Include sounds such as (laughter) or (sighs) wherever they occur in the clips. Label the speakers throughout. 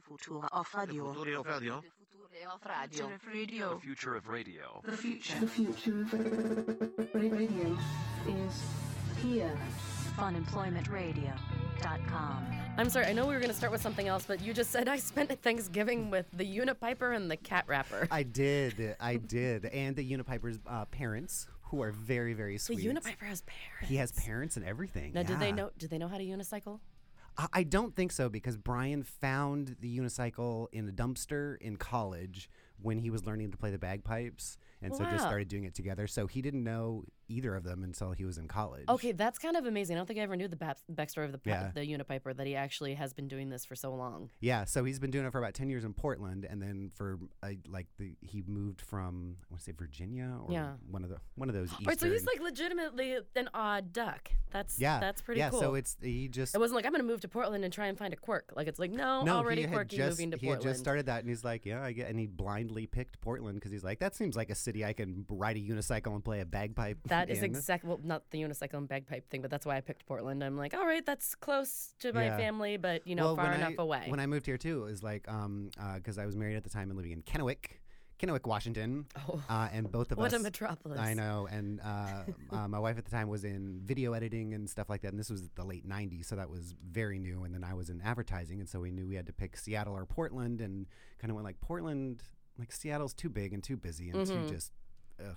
Speaker 1: future of radio.
Speaker 2: Future of radio.
Speaker 1: Future of radio.
Speaker 3: The future of radio.
Speaker 1: The future.
Speaker 4: The future of radio is here.
Speaker 1: Funemploymentradio.com.
Speaker 5: I'm sorry, I know we were going to start with something else, but you just said I spent Thanksgiving with the unit piper and the cat rapper.
Speaker 6: I did. I did. And the Unipiper's uh, parents, who are very, very
Speaker 5: the
Speaker 6: sweet.
Speaker 5: unit piper has parents.
Speaker 6: He has parents and everything.
Speaker 5: Now, do they
Speaker 6: yeah.
Speaker 5: know? Do they know how to unicycle?
Speaker 6: I, I don't think so because Brian found the unicycle in a dumpster in college when he was learning to play the bagpipes, and so just
Speaker 5: Wow.
Speaker 6: started doing it together. So he didn't know either of them until he was in college.
Speaker 5: Okay, that's kind of amazing. I don't think I ever knew the back- backstory of the pi-
Speaker 6: Yeah.
Speaker 5: the unit piper that he actually has been doing this for so long.
Speaker 6: Yeah, so he's been doing it for about ten years in Portland, and then for uh, like the, he moved from I want to say Virginia or
Speaker 5: Yeah.
Speaker 6: one of the one of those. Eastern,
Speaker 5: All right, so he's like legitimately an odd duck. That's
Speaker 6: yeah,
Speaker 5: that's pretty
Speaker 6: yeah.
Speaker 5: cool.
Speaker 6: So it's he just
Speaker 5: it wasn't like I'm going to move to Portland and try and find a quirk. Like it's like no,
Speaker 6: no,
Speaker 5: already
Speaker 6: he had
Speaker 5: quirky
Speaker 6: just
Speaker 5: moving to
Speaker 6: he had
Speaker 5: Portland.
Speaker 6: just started that, and he's like, yeah, I get, and he blindly picked Portland because he's like, that seems like a city I can ride a unicycle and play a bagpipe.
Speaker 5: That is
Speaker 6: in."
Speaker 5: exactly well, not the unicycle and bagpipe thing, but that's why I picked Portland. I'm like, all right, that's close to my
Speaker 6: Yeah.
Speaker 5: family, but you know,
Speaker 6: well,
Speaker 5: far
Speaker 6: when
Speaker 5: enough
Speaker 6: I,
Speaker 5: away.
Speaker 6: When I moved here too, it was like um because I was married at the time and living in Kennewick. Kennewick, Washington, uh, and both
Speaker 5: (laughs)
Speaker 6: of
Speaker 5: Oh. What a
Speaker 6: us.
Speaker 5: metropolis.
Speaker 6: I know, and uh, uh, my wife at the time was in video editing and stuff like that. And this was the late '90s, so that was very new. And then I was in advertising, and so we knew we had to pick Seattle or Portland, and kind of went like Portland, like Seattle's too big and too busy and
Speaker 5: Mm-hmm.
Speaker 6: too just, ugh.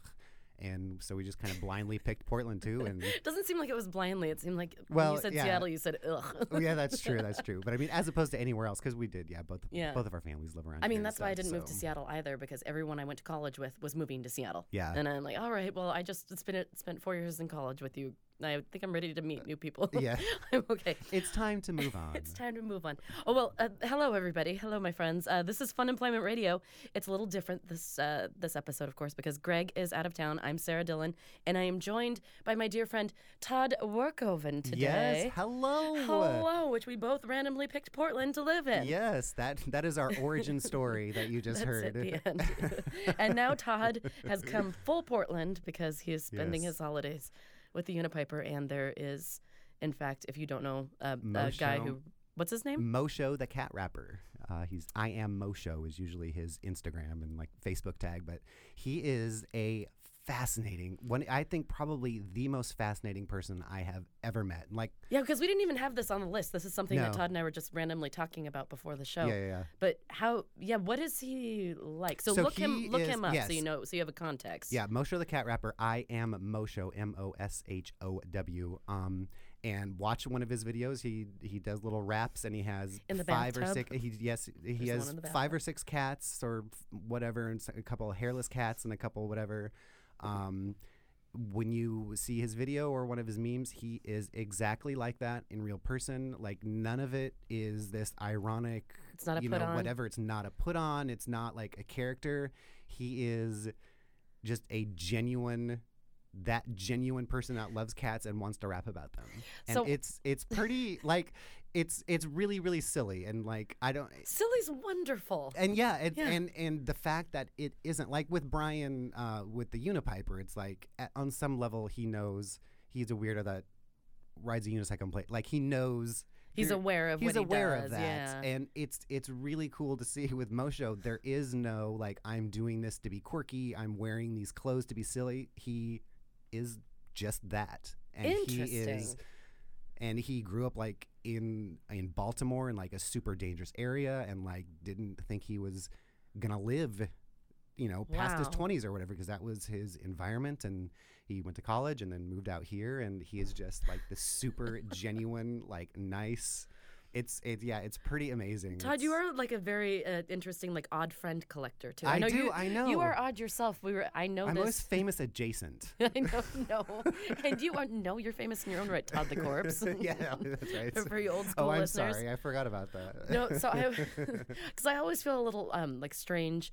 Speaker 6: And so we just kind of blindly picked Portland too, and (laughs)
Speaker 5: Doesn't seem like it was blindly. It seemed like when
Speaker 6: Well,
Speaker 5: you said
Speaker 6: yeah.
Speaker 5: Seattle, you said ugh. (laughs)
Speaker 6: Oh, yeah, that's true. That's true. But I mean, as opposed to anywhere else, because we did, yeah, both
Speaker 5: Yeah.
Speaker 6: both of our families live around.
Speaker 5: I mean,
Speaker 6: here and
Speaker 5: that's why I
Speaker 6: stuff,
Speaker 5: didn't move to
Speaker 6: so-
Speaker 5: Seattle either because everyone I went to college with was moving to Seattle.
Speaker 6: Yeah.
Speaker 5: And I'm like, all right, well, I just spent spent four years in college with you. I think I'm ready to meet new people.
Speaker 6: Uh, Yeah.
Speaker 5: (laughs) I'm okay.
Speaker 6: It's time to move
Speaker 5: (laughs)
Speaker 6: on.
Speaker 5: It's time to move on. Oh well, uh, hello everybody. Hello, my friends. Uh, this is Fun Employment Radio. It's a little different this uh, this episode, of course, because Greg is out of town. I'm Sarah Dillon, and I am joined by my dear friend Todd Workoven today.
Speaker 6: Yes. Hello.
Speaker 5: Hello, which we both randomly picked Portland to live in.
Speaker 6: Yes, that that is our
Speaker 5: (laughs)
Speaker 6: origin story that you just
Speaker 5: That's
Speaker 6: heard.
Speaker 5: at the
Speaker 6: (laughs)
Speaker 5: end. (laughs) and now Todd has come full Portland because he is spending
Speaker 6: Yes.
Speaker 5: his holidays with the Unipiper, and there is, in fact, if you don't know, a, a
Speaker 6: Moshe.
Speaker 5: guy who. What's his name?
Speaker 6: Mosho the cat rapper. Uh, he's I am Mosho is usually his Instagram and like Facebook tag, but he is a fascinating one. I think probably the most fascinating person I have ever met. Like
Speaker 5: Yeah, because we didn't even have this on the list. This is something that
Speaker 6: No.
Speaker 5: Todd and I were just randomly talking about before the show.
Speaker 6: Yeah, yeah, yeah.
Speaker 5: But how? Yeah, what is he like? So,
Speaker 6: So
Speaker 5: look him,
Speaker 6: he
Speaker 5: look
Speaker 6: is-
Speaker 5: him up, so
Speaker 6: yes.
Speaker 5: you know, so you have a context.
Speaker 6: Yeah, Mosho the cat rapper. I am Mosho, M O S H O W. Um, and watch one of his videos. He he does little raps, and he has
Speaker 5: In the
Speaker 6: five or
Speaker 5: bathtub?
Speaker 6: six. He yes, he
Speaker 5: There's one
Speaker 6: has
Speaker 5: in the
Speaker 6: five or six cats or f- whatever, and s- a couple of hairless cats and a couple whatever. Um, when you see his video or one of his memes, he is exactly like that in real person. Like none of it is this ironic.
Speaker 5: It's not a
Speaker 6: you
Speaker 5: put
Speaker 6: know
Speaker 5: on.
Speaker 6: whatever. It's not a put on. It's not like a character. He is just a genuine that genuine person that loves cats and wants to rap about them. And
Speaker 5: So-
Speaker 6: it's it's
Speaker 5: (laughs)
Speaker 6: pretty like it's it's really really silly and like I don't
Speaker 5: Silly's wonderful.
Speaker 6: and yeah, and
Speaker 5: Yeah.
Speaker 6: and and the fact that it isn't like with Brian uh, with the Unipiper, it's like at, on some level he knows he's a weirdo that rides a unicycle and play. Like he knows
Speaker 5: He's
Speaker 6: you're-
Speaker 5: aware of
Speaker 6: he's
Speaker 5: what he
Speaker 6: aware
Speaker 5: does,
Speaker 6: of that,
Speaker 5: yeah.
Speaker 6: and it's it's really cool to see (laughs) with Mosho. There is no like I'm doing this to be quirky. I'm wearing these clothes to be silly. He is just that, and he is
Speaker 5: Interesting.
Speaker 6: and he grew up like in in Baltimore in like a super dangerous area and like didn't think he was gonna live you know past his
Speaker 5: Wow.
Speaker 6: 20s or whatever because that was his environment and he went to college and then moved out here and he is just like
Speaker 5: (laughs)
Speaker 6: the super genuine like nice it's it's yeah it's pretty amazing
Speaker 5: Todd, you
Speaker 6: It's-
Speaker 5: are like a very uh, interesting, like odd friend collector too.
Speaker 6: I
Speaker 5: know
Speaker 6: do,
Speaker 5: You,
Speaker 6: I
Speaker 5: You
Speaker 6: know.
Speaker 5: are odd yourself. We were. I know
Speaker 6: I'm
Speaker 5: this. (laughs)
Speaker 6: always famous adjacent
Speaker 5: I know, no, and you are no. You're famous in your own right, (laughs) Todd the Corpse.
Speaker 6: (laughs) yeah that's right
Speaker 5: (laughs) For you old
Speaker 6: oh
Speaker 5: school
Speaker 6: I'm
Speaker 5: listeners.
Speaker 6: sorry I forgot about that
Speaker 5: No, so
Speaker 6: (laughs)
Speaker 5: I, (laughs) because I always feel a little um like strange,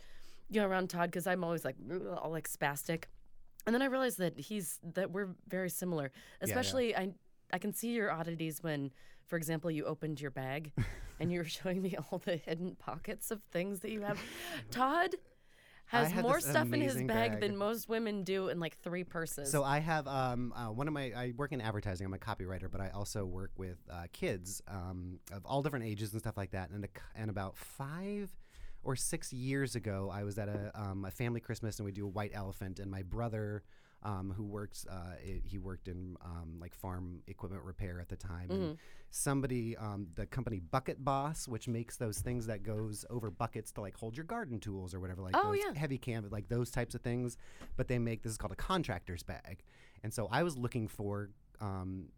Speaker 5: you know, around Todd because I'm always like "Ugh," all like spastic, and then I realized that he's that we're very similar, especially I. I can see your oddities when, for example, you opened your bag
Speaker 6: (laughs)
Speaker 5: and you were showing me all the hidden pockets of things that you have. Todd has
Speaker 6: had
Speaker 5: more
Speaker 6: this
Speaker 5: stuff in his
Speaker 6: amazing
Speaker 5: bag,
Speaker 6: bag.
Speaker 5: than most women do in like three purses.
Speaker 6: So I have um, uh, one of my. I work in advertising. I'm a copywriter, but I also work with uh, kids um, of all different ages and stuff like that. And a, c- and about five or six years ago, I was at a, um, a family Christmas, and we do a white elephant. And my brother, um, who works, uh, i he worked in um, like farm equipment repair at the time. And somebody, um, the company Bucket Boss, which makes those things that goes over buckets to like hold your garden tools or whatever, like
Speaker 5: Oh,
Speaker 6: those
Speaker 5: yeah.
Speaker 6: heavy canvas, like those types of things. But they make this is called a contractor's bag, and so I was looking for um,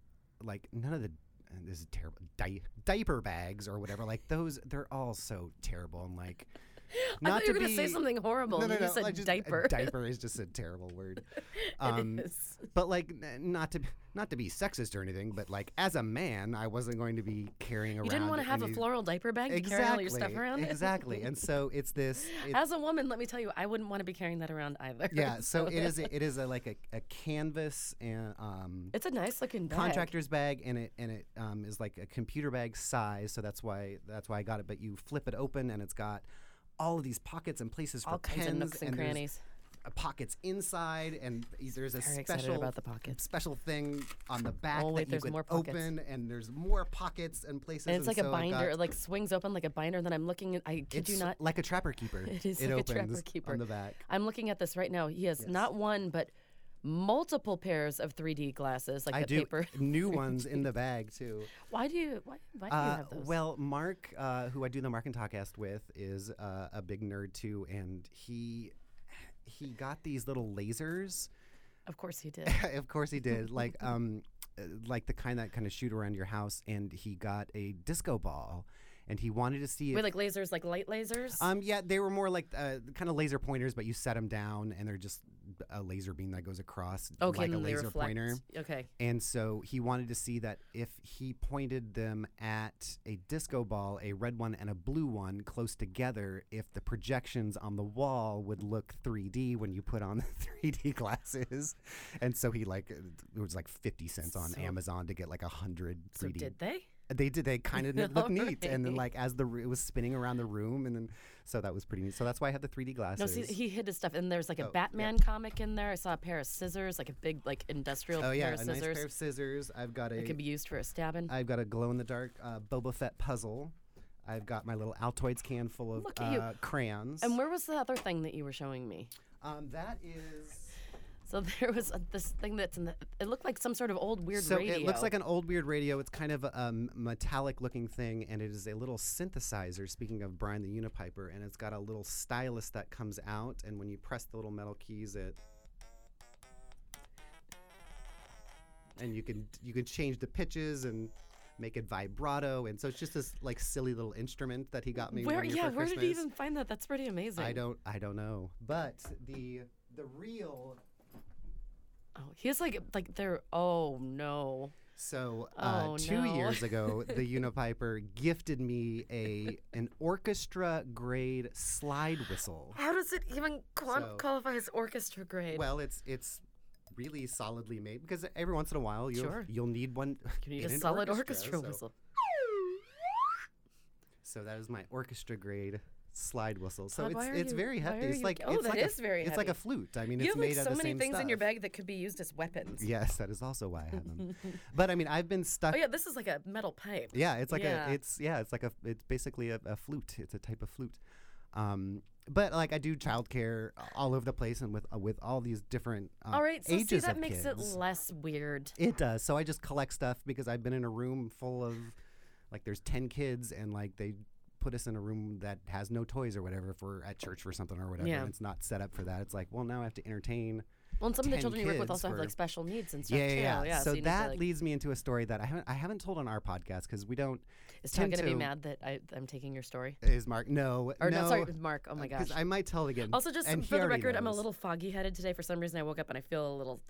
Speaker 6: like none of the and this is terrible di- diaper bags or whatever. Like those, they're all so terrible. And like,
Speaker 5: (laughs) (laughs) I
Speaker 6: not
Speaker 5: thought you were
Speaker 6: to
Speaker 5: going to say
Speaker 6: be-
Speaker 5: something horrible.
Speaker 6: No, no,
Speaker 5: you
Speaker 6: no,
Speaker 5: said
Speaker 6: like, just-
Speaker 5: diaper.
Speaker 6: Diaper is just a terrible word.
Speaker 5: (laughs)
Speaker 6: Um,
Speaker 5: It is.
Speaker 6: but like, n- not to not to be sexist or anything, but like, as a man, I wasn't going to be carrying around.
Speaker 5: You didn't want to have a
Speaker 6: any-
Speaker 5: floral diaper bag to
Speaker 6: Exactly.
Speaker 5: carry all your stuff around. in?
Speaker 6: Exactly.
Speaker 5: (laughs)
Speaker 6: And so it's this. it-
Speaker 5: As a woman, let me tell you, I wouldn't want to be carrying that around either.
Speaker 6: yeah.
Speaker 5: (laughs)
Speaker 6: So it is. A, it is a, like a, a canvas and um,
Speaker 5: It's a nice looking bag.
Speaker 6: contractor's bag and it and it um, is like a computer bag size so that's why that's why i got it but you flip it open and it's got all of these pockets and places for
Speaker 5: All kinds
Speaker 6: pens
Speaker 5: of nooks and
Speaker 6: there's,
Speaker 5: crannies.
Speaker 6: uh, pockets inside and e-, there's a
Speaker 5: Very excited
Speaker 6: special
Speaker 5: about the pockets.
Speaker 6: special thing on the back
Speaker 5: Oh, wait,
Speaker 6: that you
Speaker 5: there's
Speaker 6: could
Speaker 5: more pockets.
Speaker 6: open and there's more pockets and places
Speaker 5: And it's like a
Speaker 6: so I
Speaker 5: binder,
Speaker 6: got-
Speaker 5: like swings open like a binder. Then I'm looking at, I kid
Speaker 6: it's
Speaker 5: you not,
Speaker 6: like a trapper keeper
Speaker 5: (laughs) It is
Speaker 6: it
Speaker 5: like a
Speaker 6: opens
Speaker 5: trapper keeper.
Speaker 6: on the back
Speaker 5: I'm looking at this right now. He has not one, but multiple pairs of 3D glasses, like
Speaker 6: I
Speaker 5: that
Speaker 6: do
Speaker 5: paper. (laughs)
Speaker 6: (laughs) new ones in the bag too.
Speaker 5: Why do you, why, why do you
Speaker 6: Uh,
Speaker 5: have those?
Speaker 6: well, Mark, uh, who I do the Mark and Talkcast with, is uh, a big nerd too, and he he got these little lasers.
Speaker 5: of course he
Speaker 6: (laughs)
Speaker 5: did.
Speaker 6: of course,
Speaker 5: (laughs)
Speaker 6: he did. Like um, uh, like the kind that kind of shoot around your house, and he got a disco ball, and he wanted to see
Speaker 5: Wait, like
Speaker 6: if.
Speaker 5: lasers, like light lasers?
Speaker 6: um, yeah, they were more like uh, kind of laser pointers, but you set them down, and they're just a laser beam that goes across,
Speaker 5: okay,
Speaker 6: like
Speaker 5: and
Speaker 6: a
Speaker 5: then they
Speaker 6: laser
Speaker 5: reflect.
Speaker 6: pointer.
Speaker 5: Okay.
Speaker 6: And so he wanted to see that if he pointed them at a disco ball, a red one and a blue one close together, if the projections on the wall would look 3D when you put on (laughs) the 3D glasses. And so he like it was like 50 cents on
Speaker 5: So-
Speaker 6: Amazon to get like 100 3D.
Speaker 5: So did they?
Speaker 6: They did they
Speaker 5: (laughs)
Speaker 6: kind of look neat and then
Speaker 5: Alright.
Speaker 6: like as the r- it was spinning around the room and then so that was pretty neat. So that's why I had the 3D glasses.
Speaker 5: No, see, he hid his stuff, and there's like a
Speaker 6: Oh, yeah.
Speaker 5: Batman comic in there. I saw a pair of scissors, like a big, like industrial
Speaker 6: Oh yeah,
Speaker 5: pair
Speaker 6: a
Speaker 5: of
Speaker 6: nice
Speaker 5: scissors.
Speaker 6: pair of scissors. I've got a
Speaker 5: It could be used for a stabbing.
Speaker 6: I've got a glow in the dark uh, Boba Fett puzzle. I've got my little Altoids can full of
Speaker 5: Look at you.
Speaker 6: uh, crayons.
Speaker 5: and where was the other thing that you were showing me?
Speaker 6: um, that is.
Speaker 5: So (laughs) there was a, this thing that's in the. It looked like some sort of old weird
Speaker 6: So
Speaker 5: radio.
Speaker 6: it looks like an old weird radio. It's kind of a um, metallic looking thing, and it is a little synthesizer. Speaking of Brian the Unipiper, and it's got a little stylus that comes out, and when you press the little metal keys, it. And you can you can change the pitches and make it vibrato, and so it's just this like silly little instrument that he got me.
Speaker 5: Where?
Speaker 6: one year
Speaker 5: Yeah,
Speaker 6: for
Speaker 5: where did
Speaker 6: Christmas.
Speaker 5: he even find that? That's pretty amazing.
Speaker 6: I don't I don't know. But the the real
Speaker 5: Oh, he has like like they're. Oh no.
Speaker 6: so uh,
Speaker 5: Oh,
Speaker 6: two
Speaker 5: no. (laughs)
Speaker 6: years ago, the Unipiper gifted me a an orchestra grade slide whistle.
Speaker 5: How does it even
Speaker 6: So-
Speaker 5: qualify as orchestra grade?
Speaker 6: Well, it's it's really solidly made because every once in a while you'll
Speaker 5: Sure.
Speaker 6: you'll need one. (laughs)
Speaker 5: you need
Speaker 6: in
Speaker 5: a
Speaker 6: an
Speaker 5: solid orchestra,
Speaker 6: so-
Speaker 5: whistle.
Speaker 6: So that is my orchestra grade slide whistle. So
Speaker 5: God, Uh, why
Speaker 6: it's
Speaker 5: are
Speaker 6: it's
Speaker 5: you-
Speaker 6: very
Speaker 5: why
Speaker 6: heavy.
Speaker 5: are
Speaker 6: It's
Speaker 5: you-
Speaker 6: like
Speaker 5: oh,
Speaker 6: it's
Speaker 5: that
Speaker 6: like a-
Speaker 5: is very
Speaker 6: It's like a
Speaker 5: heavy.
Speaker 6: flute. I mean,
Speaker 5: you
Speaker 6: it's
Speaker 5: have
Speaker 6: made
Speaker 5: like
Speaker 6: out
Speaker 5: so
Speaker 6: of the
Speaker 5: many
Speaker 6: same
Speaker 5: things in your
Speaker 6: stuff.
Speaker 5: bag that could be used as weapons.
Speaker 6: Yes, that is also why I have
Speaker 5: (laughs)
Speaker 6: them. but I mean, I've been stuck
Speaker 5: Oh yeah, this is like a metal pipe.
Speaker 6: Yeah, it's like
Speaker 5: Yeah.
Speaker 6: a it's yeah, it's like a it's basically a, a flute. It's a type of flute. Um, but like I do childcare all over the place and with uh, with all these different um,
Speaker 5: All right, so
Speaker 6: ages
Speaker 5: see that
Speaker 6: of
Speaker 5: makes it
Speaker 6: kids.
Speaker 5: less weird.
Speaker 6: It does. So I just collect stuff because I've been in a room full of like there's 10 kids and like they put us in a room that has no toys or whatever for at church for something or whatever
Speaker 5: Yeah.
Speaker 6: and it's not set up for that. It's like, well, now I have to entertain
Speaker 5: Well, and some of the
Speaker 6: 10
Speaker 5: children you work with
Speaker 6: kids
Speaker 5: also have
Speaker 6: for-
Speaker 5: like special needs and stuff
Speaker 6: yeah,
Speaker 5: too.
Speaker 6: yeah, so,
Speaker 5: you need to,
Speaker 6: that
Speaker 5: like-
Speaker 6: leads me into a story that I haven't I haven't told on our podcast because we don't
Speaker 5: is Tom
Speaker 6: tend
Speaker 5: going to be
Speaker 6: to-
Speaker 5: mad that I, I'm taking your story?
Speaker 6: Is Mark? No,
Speaker 5: Or
Speaker 6: no,
Speaker 5: no, sorry, Mark. Oh my
Speaker 6: Because
Speaker 5: gosh.
Speaker 6: Uh, I might tell again.
Speaker 5: Also, just
Speaker 6: and he
Speaker 5: for the
Speaker 6: already
Speaker 5: record, I'm a
Speaker 6: knows.
Speaker 5: little foggy headed today. For some reason, I woke up and I feel a little,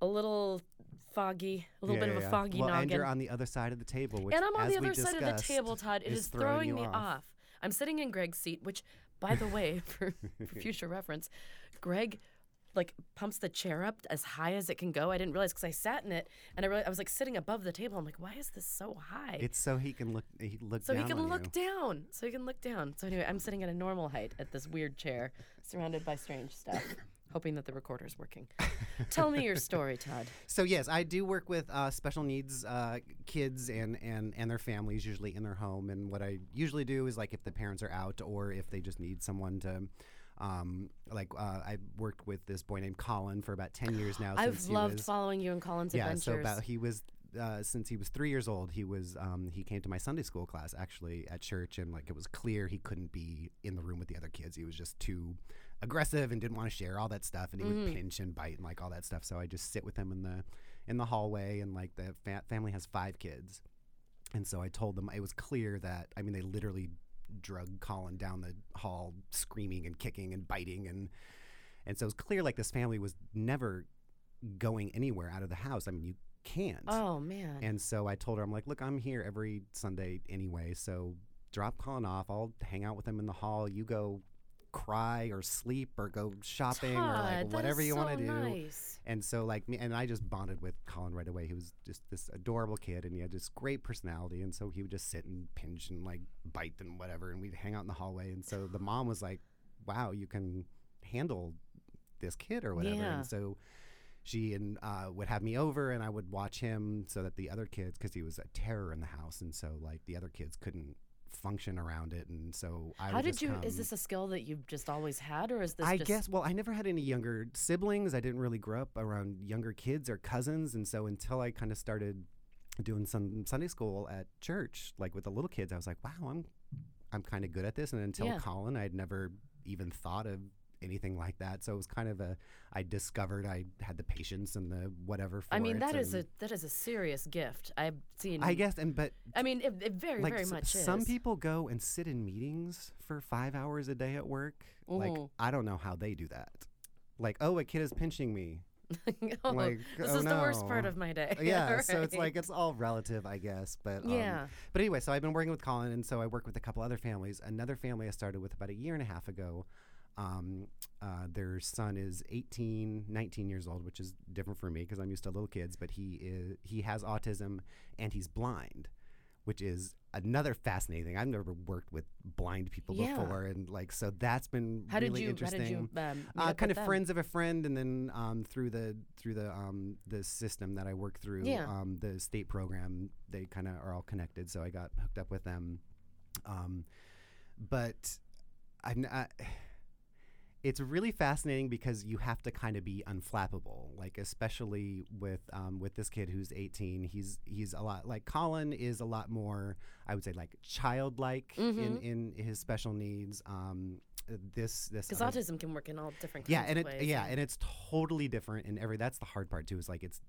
Speaker 5: a little foggy, a little
Speaker 6: Yeah,
Speaker 5: bit
Speaker 6: yeah,
Speaker 5: of
Speaker 6: yeah.
Speaker 5: a foggy
Speaker 6: well, And
Speaker 5: noggin.
Speaker 6: you're on the other side of the table. Which,
Speaker 5: And I'm on
Speaker 6: as
Speaker 5: the
Speaker 6: we
Speaker 5: other side of the
Speaker 6: discussed,
Speaker 5: table, Todd. It is,
Speaker 6: you
Speaker 5: throwing me
Speaker 6: off.
Speaker 5: off. (laughs)
Speaker 6: (laughs)
Speaker 5: I'm sitting in Greg's seat, which, by the way, for, for future reference, Greg like pumps the chair up as high as it can go. I didn't realize because I sat in it and I really I was like sitting above the table. I'm like, why is this so high?
Speaker 6: It's so he can look. He look.
Speaker 5: so he
Speaker 6: down
Speaker 5: can
Speaker 6: on
Speaker 5: look
Speaker 6: you.
Speaker 5: down. So he can look down. So anyway, I'm sitting at a normal height at this weird chair, surrounded by strange
Speaker 6: (laughs)
Speaker 5: stuff, hoping that the recorder's working. Tell me your story, Todd.
Speaker 6: (laughs) So yes, I do work with uh, special needs uh, kids and, and and their families usually in their home. And what I usually do is like if the parents are out or if they just need someone to. Um, like uh, I worked with this boy named Colin for about ten years now.
Speaker 5: I've
Speaker 6: since he
Speaker 5: loved
Speaker 6: was,
Speaker 5: following you in Colin's
Speaker 6: Yeah,
Speaker 5: adventures.
Speaker 6: so about he was uh, since he was three years old, he was um, he came to my Sunday school class actually at church, and like it was clear he couldn't be in the room with the other kids. He was just too aggressive and didn't want to share all that stuff, and he would pinch and bite and like all that stuff. So I just sit with him in the in the hallway, and like the fa- family has five kids, and so I told them it was clear that I mean they literally drug Colin down the hall, screaming and kicking and biting and and so it was clear like this family was never going anywhere out of the house. I mean you can't.
Speaker 5: oh man.
Speaker 6: And so I told her, I'm like, look, I'm here every Sunday anyway, so drop Colin off. I'll hang out with him in the hall. You go cry or sleep or go shopping or
Speaker 5: Todd, that
Speaker 6: like
Speaker 5: is
Speaker 6: whatever you want
Speaker 5: so
Speaker 6: to do.
Speaker 5: Nice.
Speaker 6: And so like me and I just bonded with Colin right away. He was just this adorable kid and he had this great personality and so he would just sit and pinch and like bite and whatever and we'd hang out in the hallway and so the mom was like, "Wow, you can handle this kid or whatever."
Speaker 5: Yeah.
Speaker 6: And so she and uh, would have me over and I would watch him so that the other kids cuz he was a terror in the house and so like the other kids couldn't function around it and so I
Speaker 5: How
Speaker 6: would
Speaker 5: did
Speaker 6: just
Speaker 5: you?
Speaker 6: come-
Speaker 5: Is this a skill that you've just always had, or is this?
Speaker 6: I
Speaker 5: just,
Speaker 6: guess. Well, I never had any younger siblings. I didn't really grow up around younger kids or cousins, and so until I kind of started doing some Sunday school at church, like with the little kids, I was like, "Wow, I'm I'm kind of good at this." And until
Speaker 5: Yeah.
Speaker 6: Colin, I'd never even thought of anything like that. So it was kind of a I discovered I had the patience and the whatever. For
Speaker 5: I mean,
Speaker 6: it,
Speaker 5: that is a
Speaker 6: and
Speaker 5: that is a serious gift. I've seen.
Speaker 6: I guess, and but
Speaker 5: I mean, it, it very
Speaker 6: like
Speaker 5: very
Speaker 6: s-
Speaker 5: much is. (laughs)
Speaker 6: some people go and sit in meetings for five hours a day at work like
Speaker 5: Mhm.
Speaker 6: i don't know how they do that like oh a kid is pinching me
Speaker 5: oh,
Speaker 6: like,
Speaker 5: this
Speaker 6: oh
Speaker 5: is the worst part
Speaker 6: no.
Speaker 5: of (laughs) my day.
Speaker 6: yeah so it's
Speaker 5: Right.
Speaker 6: like it's all relative i guess but um,
Speaker 5: yeah.
Speaker 6: but anyway so i've been working with colin and so i work with a couple other families another family i started with about a year and a half ago um, uh, their son is 18 19 years old which is different for me because i'm used to little kids but he is he has autism and he's blind which is another fascinating thing. I've never worked with blind people
Speaker 5: Yeah.
Speaker 6: before, and like so that's been
Speaker 5: How did
Speaker 6: really
Speaker 5: you? How
Speaker 6: interesting.
Speaker 5: did you? Um, meet up
Speaker 6: Uh,
Speaker 5: with
Speaker 6: kind of
Speaker 5: them?
Speaker 6: friends of a friend, and then um, through the through the um, the system that I work through,
Speaker 5: Yeah.
Speaker 6: um, the state program, they kind of are all connected. So I got hooked up with them, um, but I've n- I, it's really fascinating because you have to kind of be unflappable, like especially with um, with this kid who's 18. He's he's a lot like Colin is a lot more, I would say, like childlike
Speaker 5: Mhm.
Speaker 6: in in his special needs. Um, this this
Speaker 5: Because
Speaker 6: other-
Speaker 5: autism can work in all different kinds
Speaker 6: yeah and
Speaker 5: of
Speaker 6: it
Speaker 5: ways.
Speaker 6: yeah and it's totally different in every that's the hard part too is like it's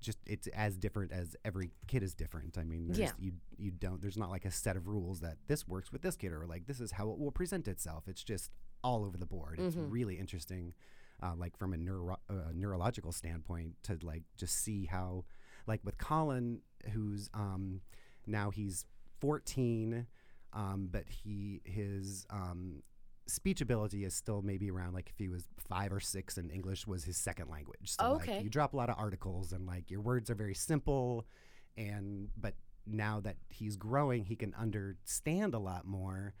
Speaker 6: just it's as different as every kid is different i mean there's,
Speaker 5: Yeah.
Speaker 6: you you don't there's not like a set of rules that this works with this kid or like this is how it will present itself it's just all over the board it's
Speaker 5: Mhm.
Speaker 6: really interesting uh, like from a neuro- uh, neurological standpoint to like just see how like with colin who's um now he's 14 um, but he his um, speech ability is still maybe around like if he was five or six and English was his second language. So
Speaker 5: Okay.
Speaker 6: like you drop a lot of articles and like your words are very simple and but now that he's growing he can understand a lot more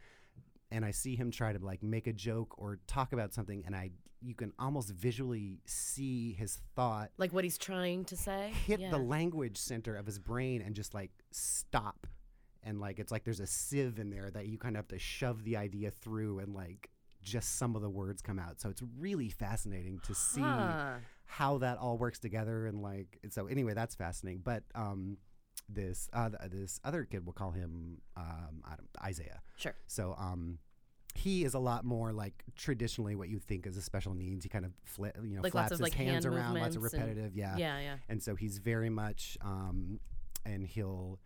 Speaker 6: and I see him try to like make a joke or talk about something and I you can almost visually see his thought
Speaker 5: like what he's trying to say.
Speaker 6: hit
Speaker 5: yeah.
Speaker 6: the language center of his brain and just like stop and like it's like there's a sieve in there that you kind of have to shove the idea through and like just some of the words come out so it's really fascinating to see
Speaker 5: Huh.
Speaker 6: how that all works together and like so anyway that's fascinating but um this uh, this other kid we'll call him um, I don't, Isaiah
Speaker 5: Sure.
Speaker 6: so um, he is a lot more like traditionally what you think is a special needs. He kind of fli you know
Speaker 5: Like lots
Speaker 6: flaps
Speaker 5: of,
Speaker 6: his
Speaker 5: like, hand
Speaker 6: hands around, lots of
Speaker 5: movements and-
Speaker 6: repetitive, yeah.
Speaker 5: Yeah. Yeah.
Speaker 6: And so he's very much, um, and he'll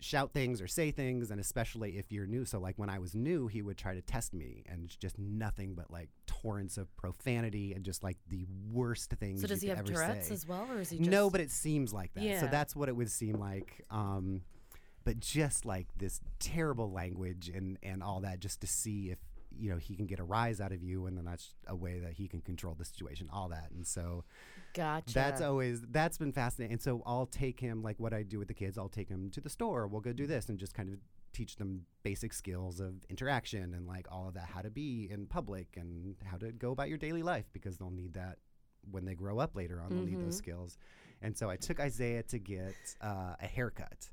Speaker 6: shout things or say things, and especially if you're new. So like when I was new, he would try to test me, and it's just nothing but like torrents of profanity and just like the worst things.
Speaker 5: So does he
Speaker 6: you could
Speaker 5: have
Speaker 6: ever
Speaker 5: Tourette's
Speaker 6: say
Speaker 5: as well, or is he just
Speaker 6: no but it seems like that so
Speaker 5: Yeah.
Speaker 6: that's what it would seem like um, but just like this terrible language and and all that just to see if you know he can get a rise out of you, and then that's a way that he can control the situation, all that. And so
Speaker 5: Gotcha.
Speaker 6: that's always that's been fascinating. And so I'll take him like what I do with the kids. I'll take him to the store. We'll go do this and just kind of teach them basic skills of interaction and like all of that, how to be in public and how to go about your daily life because they'll need that when they grow up later on. They'll need
Speaker 5: Mm-hmm.
Speaker 6: those skills. And so I took Isaiah to get uh, a haircut.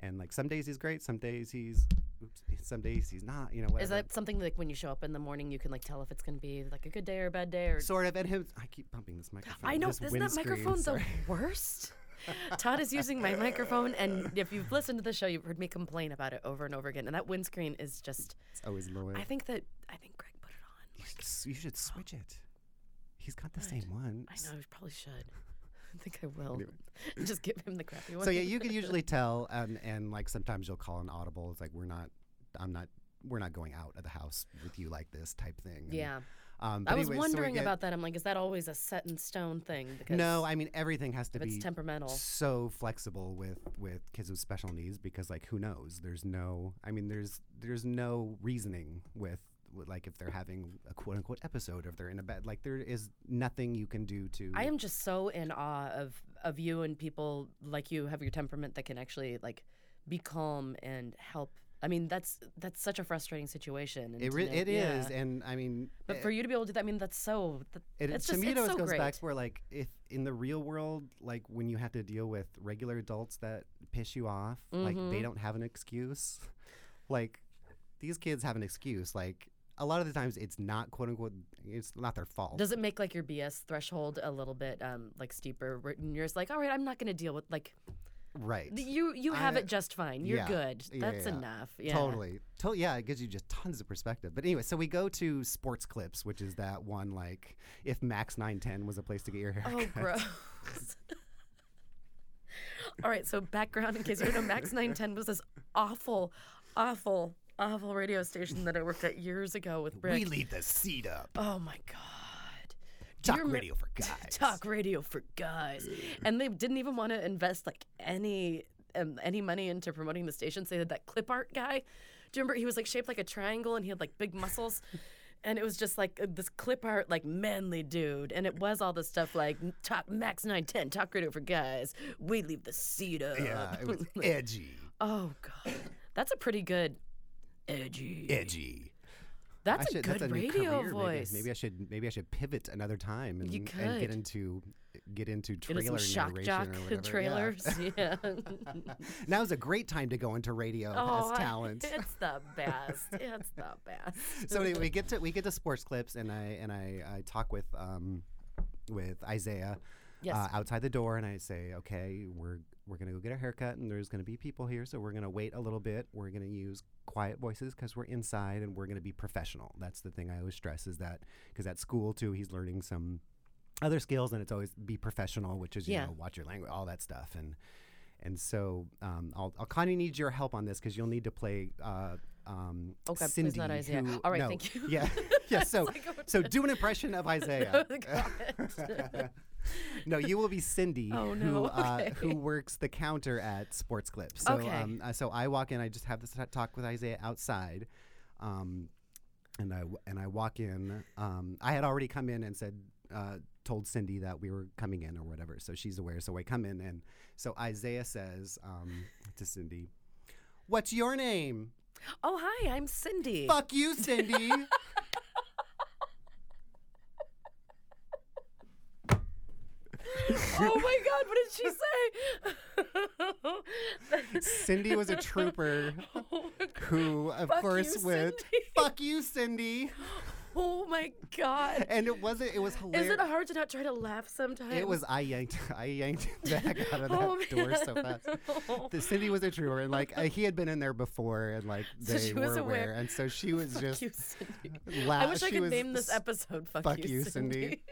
Speaker 6: And like some days he's great, some days he's, oops, some days he's not. You know, whatever.
Speaker 5: Is that something like when you show up in the morning, you can like tell if it's gonna be like a good day or a bad day or?
Speaker 6: sort of? And him, I keep bumping this microphone.
Speaker 5: I know,
Speaker 6: this
Speaker 5: isn't that
Speaker 6: windscreen,
Speaker 5: microphone
Speaker 6: sorry. (laughs)
Speaker 5: the worst? Todd is using my microphone, and if you've listened to the show, you've heard me complain about it over and over again. And that windscreen is just.
Speaker 6: It's always annoying.
Speaker 5: I think that I think Greg put it
Speaker 6: You should s- You should switch it. He's got the same one. S-
Speaker 5: on. I know, I probably should. (laughs) I think I will. (laughs) Just give him the crappy one.
Speaker 6: So yeah, you can usually tell, um, and like sometimes you'll call an audible. It's like we're not, I'm not, we're not going out of the house with you like this type thing.
Speaker 5: (laughs)
Speaker 6: And,
Speaker 5: Yeah.
Speaker 6: Um, but
Speaker 5: I was
Speaker 6: anyways, so we
Speaker 5: wondering
Speaker 6: get-
Speaker 5: about that. I'm like, is that always a set in stone thing? Because
Speaker 6: No, I mean everything has to
Speaker 5: if it's
Speaker 6: be
Speaker 5: temperamental.
Speaker 6: so flexible with with kids with special needs because like who knows? There's no, I mean there's there's no reasoning with with, like if they're having a quote unquote episode or if they're in a bed. Like there is nothing you can do to.
Speaker 5: I am just so in awe of of you and people like you have your temperament that can actually like be calm and help. I mean, that's that's such a frustrating situation. And
Speaker 6: It,
Speaker 5: to
Speaker 6: re-
Speaker 5: know-
Speaker 6: it is,
Speaker 5: yeah.
Speaker 6: and I mean, eh,
Speaker 5: But for you to be able to do that, I mean, that's so. That,
Speaker 6: it,
Speaker 5: it's
Speaker 6: to
Speaker 5: just
Speaker 6: me, it
Speaker 5: it's
Speaker 6: always
Speaker 5: so
Speaker 6: goes
Speaker 5: great.
Speaker 6: back to where like if in the real world, like when you have to deal with regular adults that piss you off, like
Speaker 5: Mm-hmm.
Speaker 6: they don't have an excuse. (laughs) like these kids have an excuse. Like a lot of the times, it's not quote unquote, it's not their fault.
Speaker 5: Does it make like your BS threshold a little bit um like steeper? Where you're just like, all right, I'm not going to deal with like
Speaker 6: right.
Speaker 5: th- you. You
Speaker 6: I-
Speaker 5: have it just fine. You're
Speaker 6: yeah.
Speaker 5: good.
Speaker 6: Yeah,
Speaker 5: That's
Speaker 6: yeah.
Speaker 5: enough. Yeah.
Speaker 6: Totally. To- yeah, it gives you just tons of perspective. But anyway, so we go to Sports Clips, which is that one like if Max 910 was a place to get your hair
Speaker 5: Oh, gross. All right, so background in case you don't know, Max 910 was this awful, awful, awful radio station that I worked at years ago with Rick.
Speaker 6: (laughs) We leave the seat up.
Speaker 5: Oh my God. Do you
Speaker 6: Talk
Speaker 5: remem- (laughs)
Speaker 6: radio for guys.
Speaker 5: Talk radio for guys. And they didn't even want to invest like any um, any money into promoting the station. So they had that clip art guy. Do you remember he was like shaped like a triangle and he had like big
Speaker 6: (laughs)
Speaker 5: muscles? And it was just like uh, this clip art, like manly dude. And it was all this stuff like talk Max 910, talk radio for guys. We leave the seat up. (laughs)
Speaker 6: Yeah, it was edgy.
Speaker 5: Oh, God. That's a pretty good edgy.
Speaker 6: edgy.
Speaker 5: E, That's
Speaker 6: I should,
Speaker 5: a good
Speaker 6: that's a new
Speaker 5: radio
Speaker 6: career,
Speaker 5: voice.
Speaker 6: Maybe, maybe I should maybe I should pivot another time and, and
Speaker 5: could.
Speaker 6: get into get into
Speaker 5: Get
Speaker 6: trailer
Speaker 5: us some shock (laughs)
Speaker 6: narration
Speaker 5: jock
Speaker 6: or whatever. yeah.
Speaker 5: trailers.
Speaker 6: (laughs)
Speaker 5: Yeah.
Speaker 6: Now is a great time to go into radio as
Speaker 5: Oh, I- (laughs)
Speaker 6: talent.
Speaker 5: It's the best. It's the
Speaker 6: (laughs)
Speaker 5: best.
Speaker 6: so anyway, we get to we get to sports clips and I and I, I talk with um with Isaiah
Speaker 5: Yes.
Speaker 6: uh, outside the door and I say, okay, we're we're gonna go get a haircut and there's gonna be people here, so we're gonna wait a little bit. We're gonna use quiet voices because we're inside and we're gonna be professional. That's the thing I always stress is that because at school too, he's learning some other skills and it's always be professional, which is you
Speaker 5: Yeah.
Speaker 6: know watch your language, all that stuff and. And so um, I'll, I'll kind of need your help on this because you'll need to play uh, um,
Speaker 5: Okay, please
Speaker 6: Cindy.
Speaker 5: not Isaiah.
Speaker 6: who-
Speaker 5: All right,
Speaker 6: no,
Speaker 5: thank you. (laughs)
Speaker 6: Yeah, (laughs) yeah. So,
Speaker 5: like, oh,
Speaker 6: so do an impression
Speaker 5: (laughs)
Speaker 6: of Isaiah.
Speaker 5: God.
Speaker 6: (laughs) no, you will be Cindy,
Speaker 5: Oh,
Speaker 6: who
Speaker 5: no,
Speaker 6: uh,
Speaker 5: okay.
Speaker 6: who works the counter at Sports Clips. So,
Speaker 5: Okay.
Speaker 6: um, uh, so I walk in. I just have this t- talk with Isaiah outside, um, and I w- and I walk in. Um, I had already come in and said. Uh, told Cindy that we were coming in or whatever, so she's aware. So I come in, and so Isaiah says um, to Cindy, "What's your name?"
Speaker 5: (laughs) oh, hi, I'm Cindy.
Speaker 6: (laughs) Fuck
Speaker 5: (laughs)
Speaker 6: you, Cindy.
Speaker 5: Oh my God, what did she say? (laughs)
Speaker 6: Cindy was a trooper (laughs)
Speaker 5: Oh my God. (laughs)
Speaker 6: who, of
Speaker 5: Fuck
Speaker 6: course,
Speaker 5: you,
Speaker 6: went
Speaker 5: Cindy. (laughs)
Speaker 6: "fuck you, Cindy,"
Speaker 5: oh my God.
Speaker 6: (laughs) and it wasn't. It was
Speaker 5: Is
Speaker 6: hilarious.
Speaker 5: it hard to not try to laugh sometimes?
Speaker 6: It was I yanked (laughs) I yanked back out of that
Speaker 5: Oh,
Speaker 6: door so
Speaker 5: man. (laughs)
Speaker 6: fast. The Cindy was a trooper, and like uh, he had been in there before, and like
Speaker 5: So
Speaker 6: they
Speaker 5: she
Speaker 6: were
Speaker 5: was aware.
Speaker 6: aware, and so
Speaker 5: (laughs)
Speaker 6: she was
Speaker 5: Fuck
Speaker 6: just
Speaker 5: you,
Speaker 6: (laughs)
Speaker 5: Cindy. I
Speaker 6: laugh-
Speaker 5: wish I
Speaker 6: she
Speaker 5: could
Speaker 6: was
Speaker 5: name this
Speaker 6: s-
Speaker 5: episode Fuck,
Speaker 6: fuck you,
Speaker 5: Cindy.
Speaker 6: Cindy.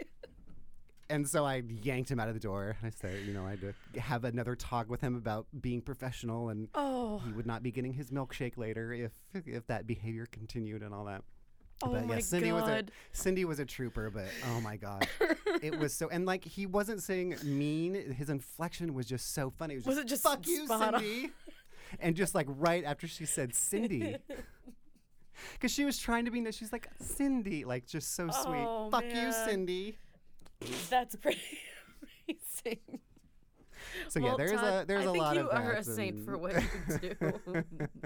Speaker 6: And so I yanked him out of the door. I said, you know, I had to have another talk with him about being professional, and
Speaker 5: (laughs) Oh,
Speaker 6: he would not be getting his milkshake later if if that behavior continued and all that.
Speaker 5: oh
Speaker 6: but
Speaker 5: my
Speaker 6: yeah, Cindy was a
Speaker 5: God.
Speaker 6: Cindy was a trooper, but oh my god, it was so and like he wasn't saying mean. His inflection was just so funny. It was,
Speaker 5: Was
Speaker 6: just,
Speaker 5: it just
Speaker 6: fuck you,
Speaker 5: spot on?" (laughs)
Speaker 6: Cindy? And just like right after she said Cindy, Because she was trying to be nice. She's like, Cindy, like, just so sweet.
Speaker 5: Oh,
Speaker 6: Fuck you,
Speaker 5: man.
Speaker 6: Cindy.
Speaker 5: That's pretty (laughs) amazing.
Speaker 6: So yeah,
Speaker 5: Well,
Speaker 6: there's
Speaker 5: Todd,
Speaker 6: a there's
Speaker 5: I
Speaker 6: a
Speaker 5: think
Speaker 6: lot
Speaker 5: you
Speaker 6: of
Speaker 5: are
Speaker 6: that
Speaker 5: a saint for
Speaker 6: and-
Speaker 5: what you
Speaker 6: (laughs)
Speaker 5: do. (laughs)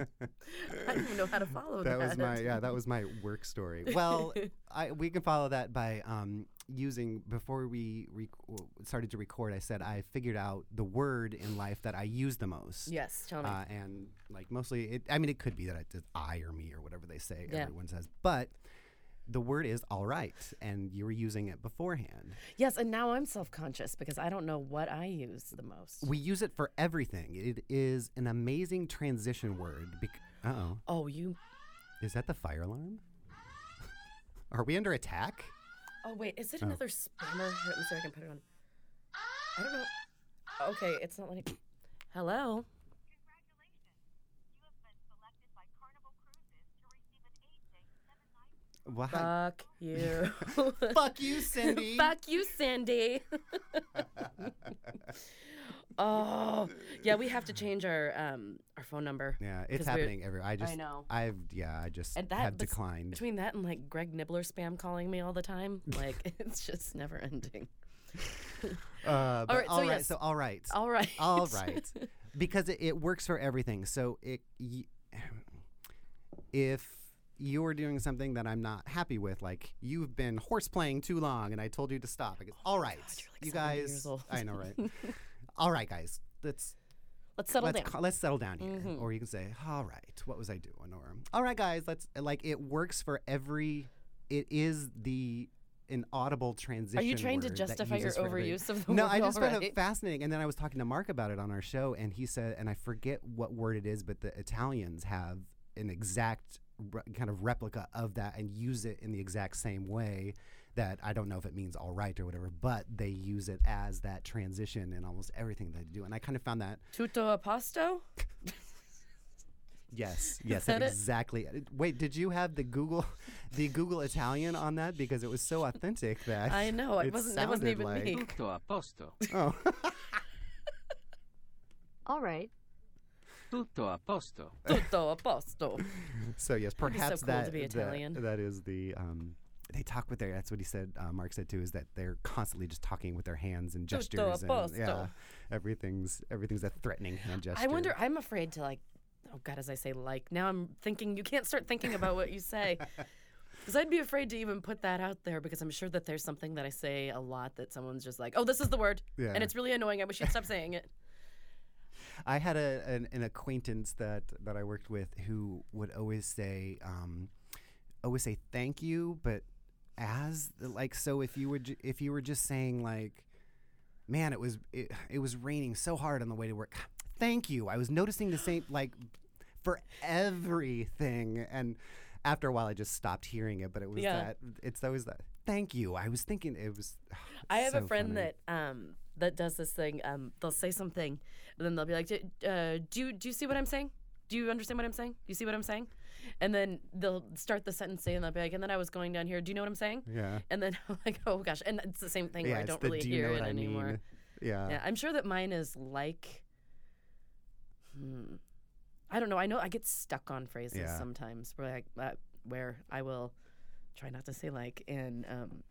Speaker 5: I don't even know how to follow Oh, that.
Speaker 6: that was my yeah that was my work story well I, we can follow that by um, using before we rec- w- started to record i said i figured out the word in life that i use the most
Speaker 5: Yes, tell me.
Speaker 6: uh, and like mostly it i mean it could be that i did i or me or whatever they say
Speaker 5: Yeah.
Speaker 6: everyone says but the word is all right and you were using it beforehand
Speaker 5: yes, and now I'm self-conscious because I don't know what I use the most.
Speaker 6: we use it for everything it is an amazing transition word bec- uh-oh
Speaker 5: oh, you.
Speaker 6: is that the fire alarm (laughs) are we under attack
Speaker 5: Oh wait, is it another spammer? Here, let me see if I can put it on. I don't know. Okay, it's not letting. Hello.
Speaker 6: Wow.
Speaker 5: Fuck you.
Speaker 6: (laughs) Fuck you,
Speaker 5: (laughs)
Speaker 6: Cindy. (laughs)
Speaker 5: Fuck you, Sandy. oh, yeah. We have to change our um our phone number.
Speaker 6: Yeah, it's
Speaker 5: 'Cause we're-
Speaker 6: happening everywhere. I just,
Speaker 5: know.
Speaker 6: I've, yeah, I just
Speaker 5: And that
Speaker 6: have
Speaker 5: bes-
Speaker 6: declined.
Speaker 5: Between that and like Greg Nibbler spam calling me all the time, like (laughs) it's just never
Speaker 6: (laughs)
Speaker 5: ending.
Speaker 6: uh, but all
Speaker 5: right,
Speaker 6: right,
Speaker 5: so
Speaker 6: so,
Speaker 5: yes.
Speaker 6: all right,
Speaker 5: All right.
Speaker 6: all right, because it, it works for everything. So it, y- if you're doing something that I'm not happy with, like you've been horse playing too long, and I told you to stop. I go, all right,
Speaker 5: Oh you're like 70
Speaker 6: you guys,
Speaker 5: years old.
Speaker 6: I
Speaker 5: (laughs)
Speaker 6: know, right? all right, guys, let's
Speaker 5: (laughs) Let's settle
Speaker 6: let's
Speaker 5: down. Mm-hmm.
Speaker 6: ca- let's settle down here, or you can say, "All right, what was I doing?" Or, "All right, guys, let's." Like it works for every. It is the an audible transition.
Speaker 5: Are you trying to
Speaker 6: word that
Speaker 5: justify your
Speaker 6: uses for everything.
Speaker 5: overuse of the
Speaker 6: no,
Speaker 5: word
Speaker 6: I just
Speaker 5: all
Speaker 6: found
Speaker 5: right?
Speaker 6: it fascinating, and then I was talking to Mark about it on our show, and he said, and I forget what word it is, but the Italians have an exact re- kind of replica of that and use it in the exact same way. That I don't know if it means all right or whatever, but they use it as that transition in almost everything they do, and I kind of found that
Speaker 5: Tutto a pasto? (laughs)
Speaker 6: Yes, yes,
Speaker 5: that it?
Speaker 6: exactly. it. Wait, did you have the Google, (laughs) the Google Italian on that because it was so authentic that
Speaker 5: I know. It,
Speaker 6: it
Speaker 5: wasn't. It wasn't
Speaker 6: sounded
Speaker 5: even me.
Speaker 6: like-
Speaker 2: Tutto a posto.
Speaker 6: oh, (laughs)
Speaker 1: All right.
Speaker 2: Tutto a posto.
Speaker 5: (laughs) Tutto a posto.
Speaker 6: so yes, perhaps
Speaker 5: cool to
Speaker 6: that,
Speaker 5: be
Speaker 6: that-
Speaker 5: Italian.
Speaker 6: that is the um, they talk with their. That's what he said. Uh, Mark said too is that they're constantly just talking with their hands and
Speaker 5: Tutto
Speaker 6: gestures and
Speaker 5: apposto.
Speaker 6: yeah, everything's everything's a threatening hand gesture.
Speaker 5: I wonder. I'm afraid to like. Oh God, as I say, like now I'm thinking you can't start thinking about what you
Speaker 6: (laughs)
Speaker 5: say, because I'd be afraid to even put that out there because I'm sure that there's something that I say a lot that someone's just like, oh, this is the word,
Speaker 6: Yeah.
Speaker 5: and it's really annoying. I wish you'd stop saying it.
Speaker 6: I had a an, an acquaintance that that I worked with who would always say, um, always say thank you, but as like so if you were ju- if you were just saying like, man, it was it, it was raining so hard on the way to work. Thank you. I was noticing the same like for everything and. After a while, I just stopped hearing it, but it was
Speaker 5: Yeah.
Speaker 6: that. It's always that. Thank you. I was thinking it was. ah,
Speaker 5: I have a
Speaker 6: so
Speaker 5: friend
Speaker 6: funny.
Speaker 5: that um that does this thing. Um, they'll say something, and then they'll be like, "D- uh, "Do you do you see what I'm saying? Do you understand what I'm saying? Do you see what I'm saying?" And then they'll start the sentence saying, "They'll be like, and then I was going down here. Do you know what I'm saying?"
Speaker 6: Yeah.
Speaker 5: And then (laughs) I'm like, "Oh gosh!" And it's the same thing
Speaker 6: Yeah,
Speaker 5: where I
Speaker 6: it's
Speaker 5: don't
Speaker 6: the
Speaker 5: really
Speaker 6: do you
Speaker 5: hear
Speaker 6: know
Speaker 5: it
Speaker 6: what I
Speaker 5: anymore.
Speaker 6: mean? Yeah.
Speaker 5: Yeah, I'm sure that mine is like. Hmm. I don't know. I know I get stuck on phrases
Speaker 6: Yeah.
Speaker 5: sometimes where like uh, where I will try not to say like and um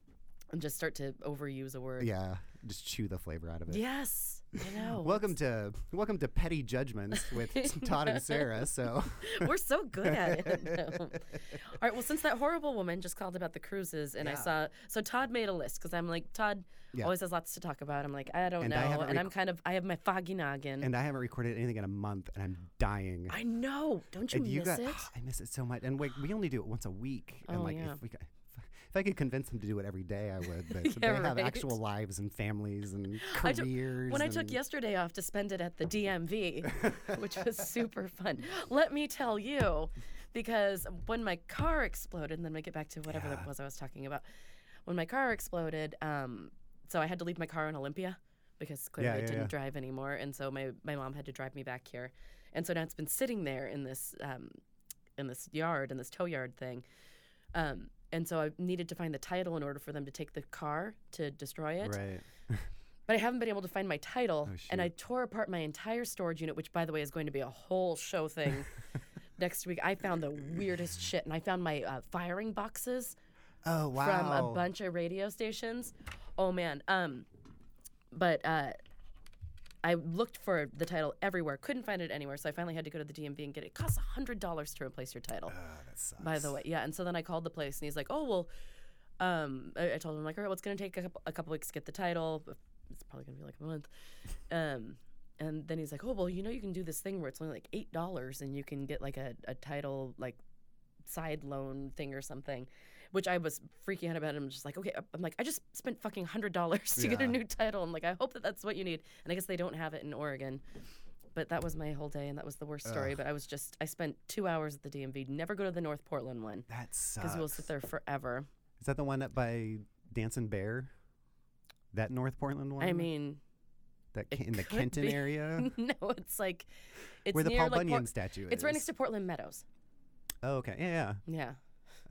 Speaker 5: and just start to overuse a word.
Speaker 6: Yeah. Just chew the flavor out of it.
Speaker 5: Yes, I know.
Speaker 6: Welcome to welcome to petty judgments with
Speaker 5: (laughs)
Speaker 6: Todd and Sarah. So
Speaker 5: We're so good at it. (laughs) All
Speaker 6: (laughs)
Speaker 5: right. Well, since that horrible woman just called about the cruises, and I
Speaker 6: Yeah.
Speaker 5: saw, so Todd made a list because I'm like, Todd
Speaker 6: Yeah.
Speaker 5: always has lots to talk about. I'm like, I don't
Speaker 6: And
Speaker 5: know,
Speaker 6: I haven't
Speaker 5: and
Speaker 6: rec-
Speaker 5: I'm kind of, I have my foggy noggin.
Speaker 6: and I haven't recorded anything in a month, and I'm dying.
Speaker 5: I know. Don't you
Speaker 6: and
Speaker 5: miss
Speaker 6: got-
Speaker 5: it?
Speaker 6: (gasps)
Speaker 5: (laughs)
Speaker 6: I miss it so much. And like we only do it once a week.
Speaker 5: Oh,
Speaker 6: and like
Speaker 5: yeah.
Speaker 6: if we. ca- If I could convince them to do it every day, I would.
Speaker 5: (laughs)
Speaker 6: But
Speaker 5: Yeah,
Speaker 6: they have
Speaker 5: right.
Speaker 6: actual lives and families and
Speaker 5: I took-
Speaker 6: careers.
Speaker 5: when I took
Speaker 6: and-
Speaker 5: yesterday off to spend it at the
Speaker 6: (laughs)
Speaker 5: DMV, which was super fun. Let me tell you, because when my car exploded, and then we get back to whatever that was I was talking about. When my car exploded, um, so I had to leave my car in Olympia because clearly I
Speaker 6: yeah,
Speaker 5: didn't
Speaker 6: yeah.
Speaker 5: drive anymore, and so my my mom had to drive me back here, and so now it's been sitting there in this um, in this yard in this tow yard thing. Um, and so I needed to find the title in order for them to take the car to destroy it
Speaker 6: right?
Speaker 5: but I haven't been able to find my title.
Speaker 6: Oh,
Speaker 5: and I
Speaker 6: shoot. (laughs)
Speaker 5: tore apart my entire storage unit, which, by the way, is going to be a whole show thing next week. I found the weirdest shit, and I found my uh, firing boxes
Speaker 6: Oh wow.
Speaker 5: from a bunch of radio stations. Oh man. Um, but uh, I looked for the title everywhere, couldn't find it anywhere, so I finally had to go to the DMV and get it. It costs hundred dollars to replace your title.
Speaker 6: Ah,
Speaker 5: By the way, yeah. And so then I called the place, and he's like, "Oh well." Um, I, I told him like, "All right, well, it's gonna take a couple, a couple weeks to get the title. It's probably gonna be like a month." Um, and then he's like, "Oh well, you know, you can do this thing where it's only like eight dollars, and you can get like a, a title like side loan thing or something." Which I was freaking out about. I'm just like, okay. uh, I'm like, I just spent fucking hundred dollars to get a
Speaker 6: Yeah.
Speaker 5: new title. I'm like, I hope that that's what you need. And I guess they don't have it in Oregon. But that was my whole day, and that was the worst story. But I was just, I spent two hours at the DMV. Never go to the North Portland one
Speaker 6: that sucks.
Speaker 5: because we'll sit there forever.
Speaker 6: Is that the one up by Dancing Bear? That North Portland one?
Speaker 5: I mean, (laughs)
Speaker 6: that
Speaker 5: it
Speaker 6: Ke- in the
Speaker 5: could
Speaker 6: Kenton
Speaker 5: be.
Speaker 6: area,
Speaker 5: no, it's like (laughs) it's
Speaker 6: where the
Speaker 5: near
Speaker 6: Paul
Speaker 5: like
Speaker 6: Bunyan
Speaker 5: Por-
Speaker 6: statue is.
Speaker 5: it's right next to Portland Meadows.
Speaker 6: Oh, okay. Yeah. yeah.
Speaker 5: Yeah,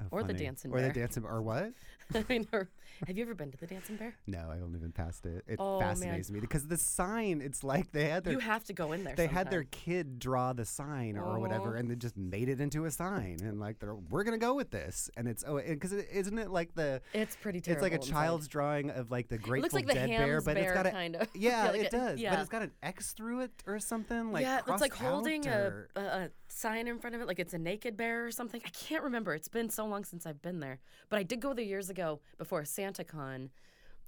Speaker 6: Oh,
Speaker 5: Or the
Speaker 6: funny.
Speaker 5: Dancing
Speaker 6: Or
Speaker 5: Bear.
Speaker 6: the Dancing Or what?
Speaker 5: (laughs) I mean, or- have you ever been to the Dancing Bear?
Speaker 6: No, I only been past it. It
Speaker 5: Oh, man.
Speaker 6: fascinates me because the sign. It's like they had their
Speaker 5: you have to go in there.
Speaker 6: they had their
Speaker 5: sometime.
Speaker 6: kid draw the sign or whatever,
Speaker 5: Oh.
Speaker 6: and they just made it into a sign, and like they're we're gonna go with this, and it's oh, because it, isn't it like the
Speaker 5: It's pretty
Speaker 6: it's
Speaker 5: terrible.
Speaker 6: like a
Speaker 5: inside.
Speaker 6: child's drawing of like the Grateful
Speaker 5: looks like the
Speaker 6: Dead bear,
Speaker 5: Ham's
Speaker 6: but it's
Speaker 5: bear,
Speaker 6: got a
Speaker 5: kind of.
Speaker 6: yeah,
Speaker 5: Yeah, like
Speaker 6: it
Speaker 5: a-
Speaker 6: does, but
Speaker 5: yeah.
Speaker 6: it's got an X through it or something (laughs) like
Speaker 5: yeah, it's like
Speaker 6: crossed out
Speaker 5: holding a,
Speaker 6: or-
Speaker 5: a a sign in front of it, like it's a naked bear or something. I can't remember. It's been so long since I've been there, but I did go there years ago before SantaCon,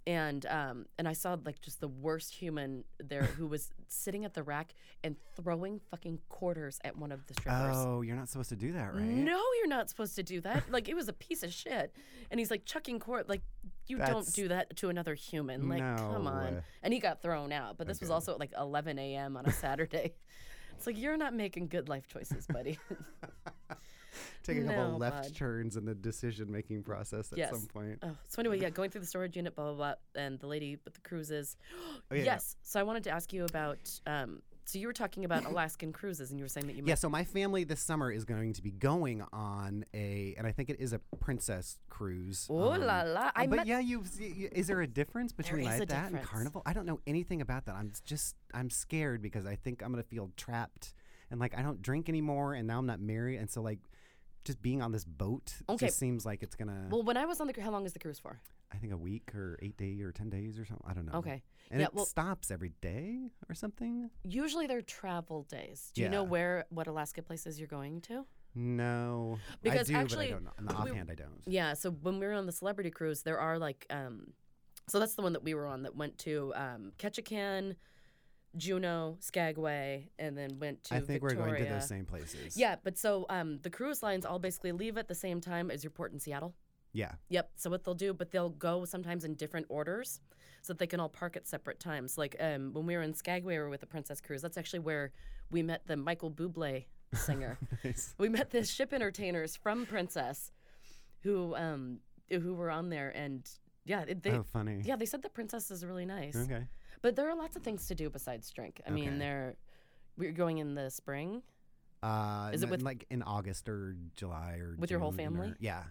Speaker 5: and um and I saw like just the worst human there who was sitting at the rack and throwing fucking quarters at one of the strippers.
Speaker 6: Oh, you're not supposed to do that, right?
Speaker 5: No, you're not supposed to do that. Like it was a piece of shit, and he's like chucking court. Like you don't
Speaker 6: That's-
Speaker 5: do that to another human. Like come on.
Speaker 6: No. uh,
Speaker 5: And he got thrown out. But this was
Speaker 6: Okay.
Speaker 5: also at like 11 a.m. on a Saturday. (laughs) it's like you're not making good life choices,
Speaker 6: (laughs)
Speaker 5: buddy.
Speaker 6: Take a couple
Speaker 5: No,
Speaker 6: left
Speaker 5: bud.
Speaker 6: turns in the decision making process at
Speaker 5: Yes.
Speaker 6: some point.
Speaker 5: oh, so anyway, yeah, going through the storage unit, blah blah blah, and the lady with the
Speaker 6: (gasps)
Speaker 5: cruises.
Speaker 6: Oh, yeah, yeah.
Speaker 5: yes. So I wanted to ask you about. Um, so you were talking about Alaskan cruises, and you were saying that you.
Speaker 6: Yeah, so my family this summer is going to be going on a, and I think it is a princess cruise.
Speaker 5: Oh
Speaker 6: um,
Speaker 5: la la! I
Speaker 6: but
Speaker 5: met
Speaker 6: yeah, you see- you- is there a difference between
Speaker 5: is
Speaker 6: like
Speaker 5: a
Speaker 6: that
Speaker 5: difference.
Speaker 6: and carnival? I don't know anything about that. I'm just I'm scared because I think I'm gonna feel trapped and like I don't drink anymore and now I'm not married and so like just being on this boat
Speaker 5: Okay.
Speaker 6: just seems like it's gonna
Speaker 5: Well, when I was on the cru- how long is the cruise for?
Speaker 6: I think a week or eight day or ten days or something. I don't know.
Speaker 5: Okay.
Speaker 6: And
Speaker 5: Yeah,
Speaker 6: it
Speaker 5: well-
Speaker 6: stops every day or something?
Speaker 5: Usually they're travel days. Do you know
Speaker 6: Yeah.
Speaker 5: where what Alaska places you're going to?
Speaker 6: No. I
Speaker 5: Because
Speaker 6: do,
Speaker 5: actually,
Speaker 6: but I don't know. On the
Speaker 5: we-
Speaker 6: offhand I don't.
Speaker 5: Yeah, so when we were on the celebrity cruise, there are like um so that's the one that we were on that went to um Ketchikan, Juneau, Skagway, and then went to
Speaker 6: I think
Speaker 5: Victoria.
Speaker 6: we're going to those same places. (laughs)
Speaker 5: Yeah, but so um the cruise lines all basically leave at the same time as your port in Seattle.
Speaker 6: Yeah.
Speaker 5: Yep. So what they'll do, but they'll go sometimes in different orders, so that they can all park at separate times. Like um, when we were in Skagway, we were with the Princess Cruise. That's actually where we met the Michael Bublé
Speaker 6: (laughs)
Speaker 5: singer.
Speaker 6: Nice.
Speaker 5: We met the ship entertainers from Princess, who um who were on there, and yeah, it- they
Speaker 6: oh funny.
Speaker 5: yeah they said that Princess is really nice.
Speaker 6: Okay.
Speaker 5: But there are lots of things to do besides drink. I mean,
Speaker 6: Okay.
Speaker 5: they're we're going in the spring.
Speaker 6: Uh,
Speaker 5: Is it
Speaker 6: n-
Speaker 5: with-
Speaker 6: like in August or July or
Speaker 5: With your whole
Speaker 6: June
Speaker 5: family?
Speaker 6: or- yeah,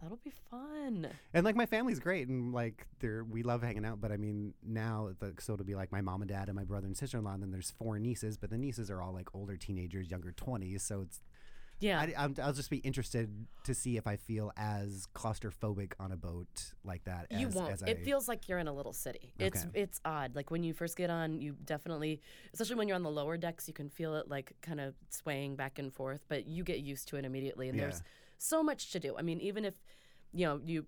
Speaker 5: That'll be fun.
Speaker 6: and like my family's great, and like they're we love hanging out. But I mean, now the, so it'll be like my mom and dad and my brother and sister in law, and then there's four nieces. But the nieces are all like older teenagers, younger twenties. So it's
Speaker 5: Yeah.
Speaker 6: I, I'm, I'll just be interested to see if I feel as claustrophobic on a boat like that.
Speaker 5: you
Speaker 6: as,
Speaker 5: won't.
Speaker 6: As
Speaker 5: it
Speaker 6: I,
Speaker 5: feels like you're in a little city. It's
Speaker 6: Okay.
Speaker 5: it's odd. Like when you first get on, you definitely, especially when you're on the lower decks, you can feel it like kind of swaying back and forth. But you get used to it immediately, and there's
Speaker 6: Yeah.
Speaker 5: so much to do. I mean, even if you know you.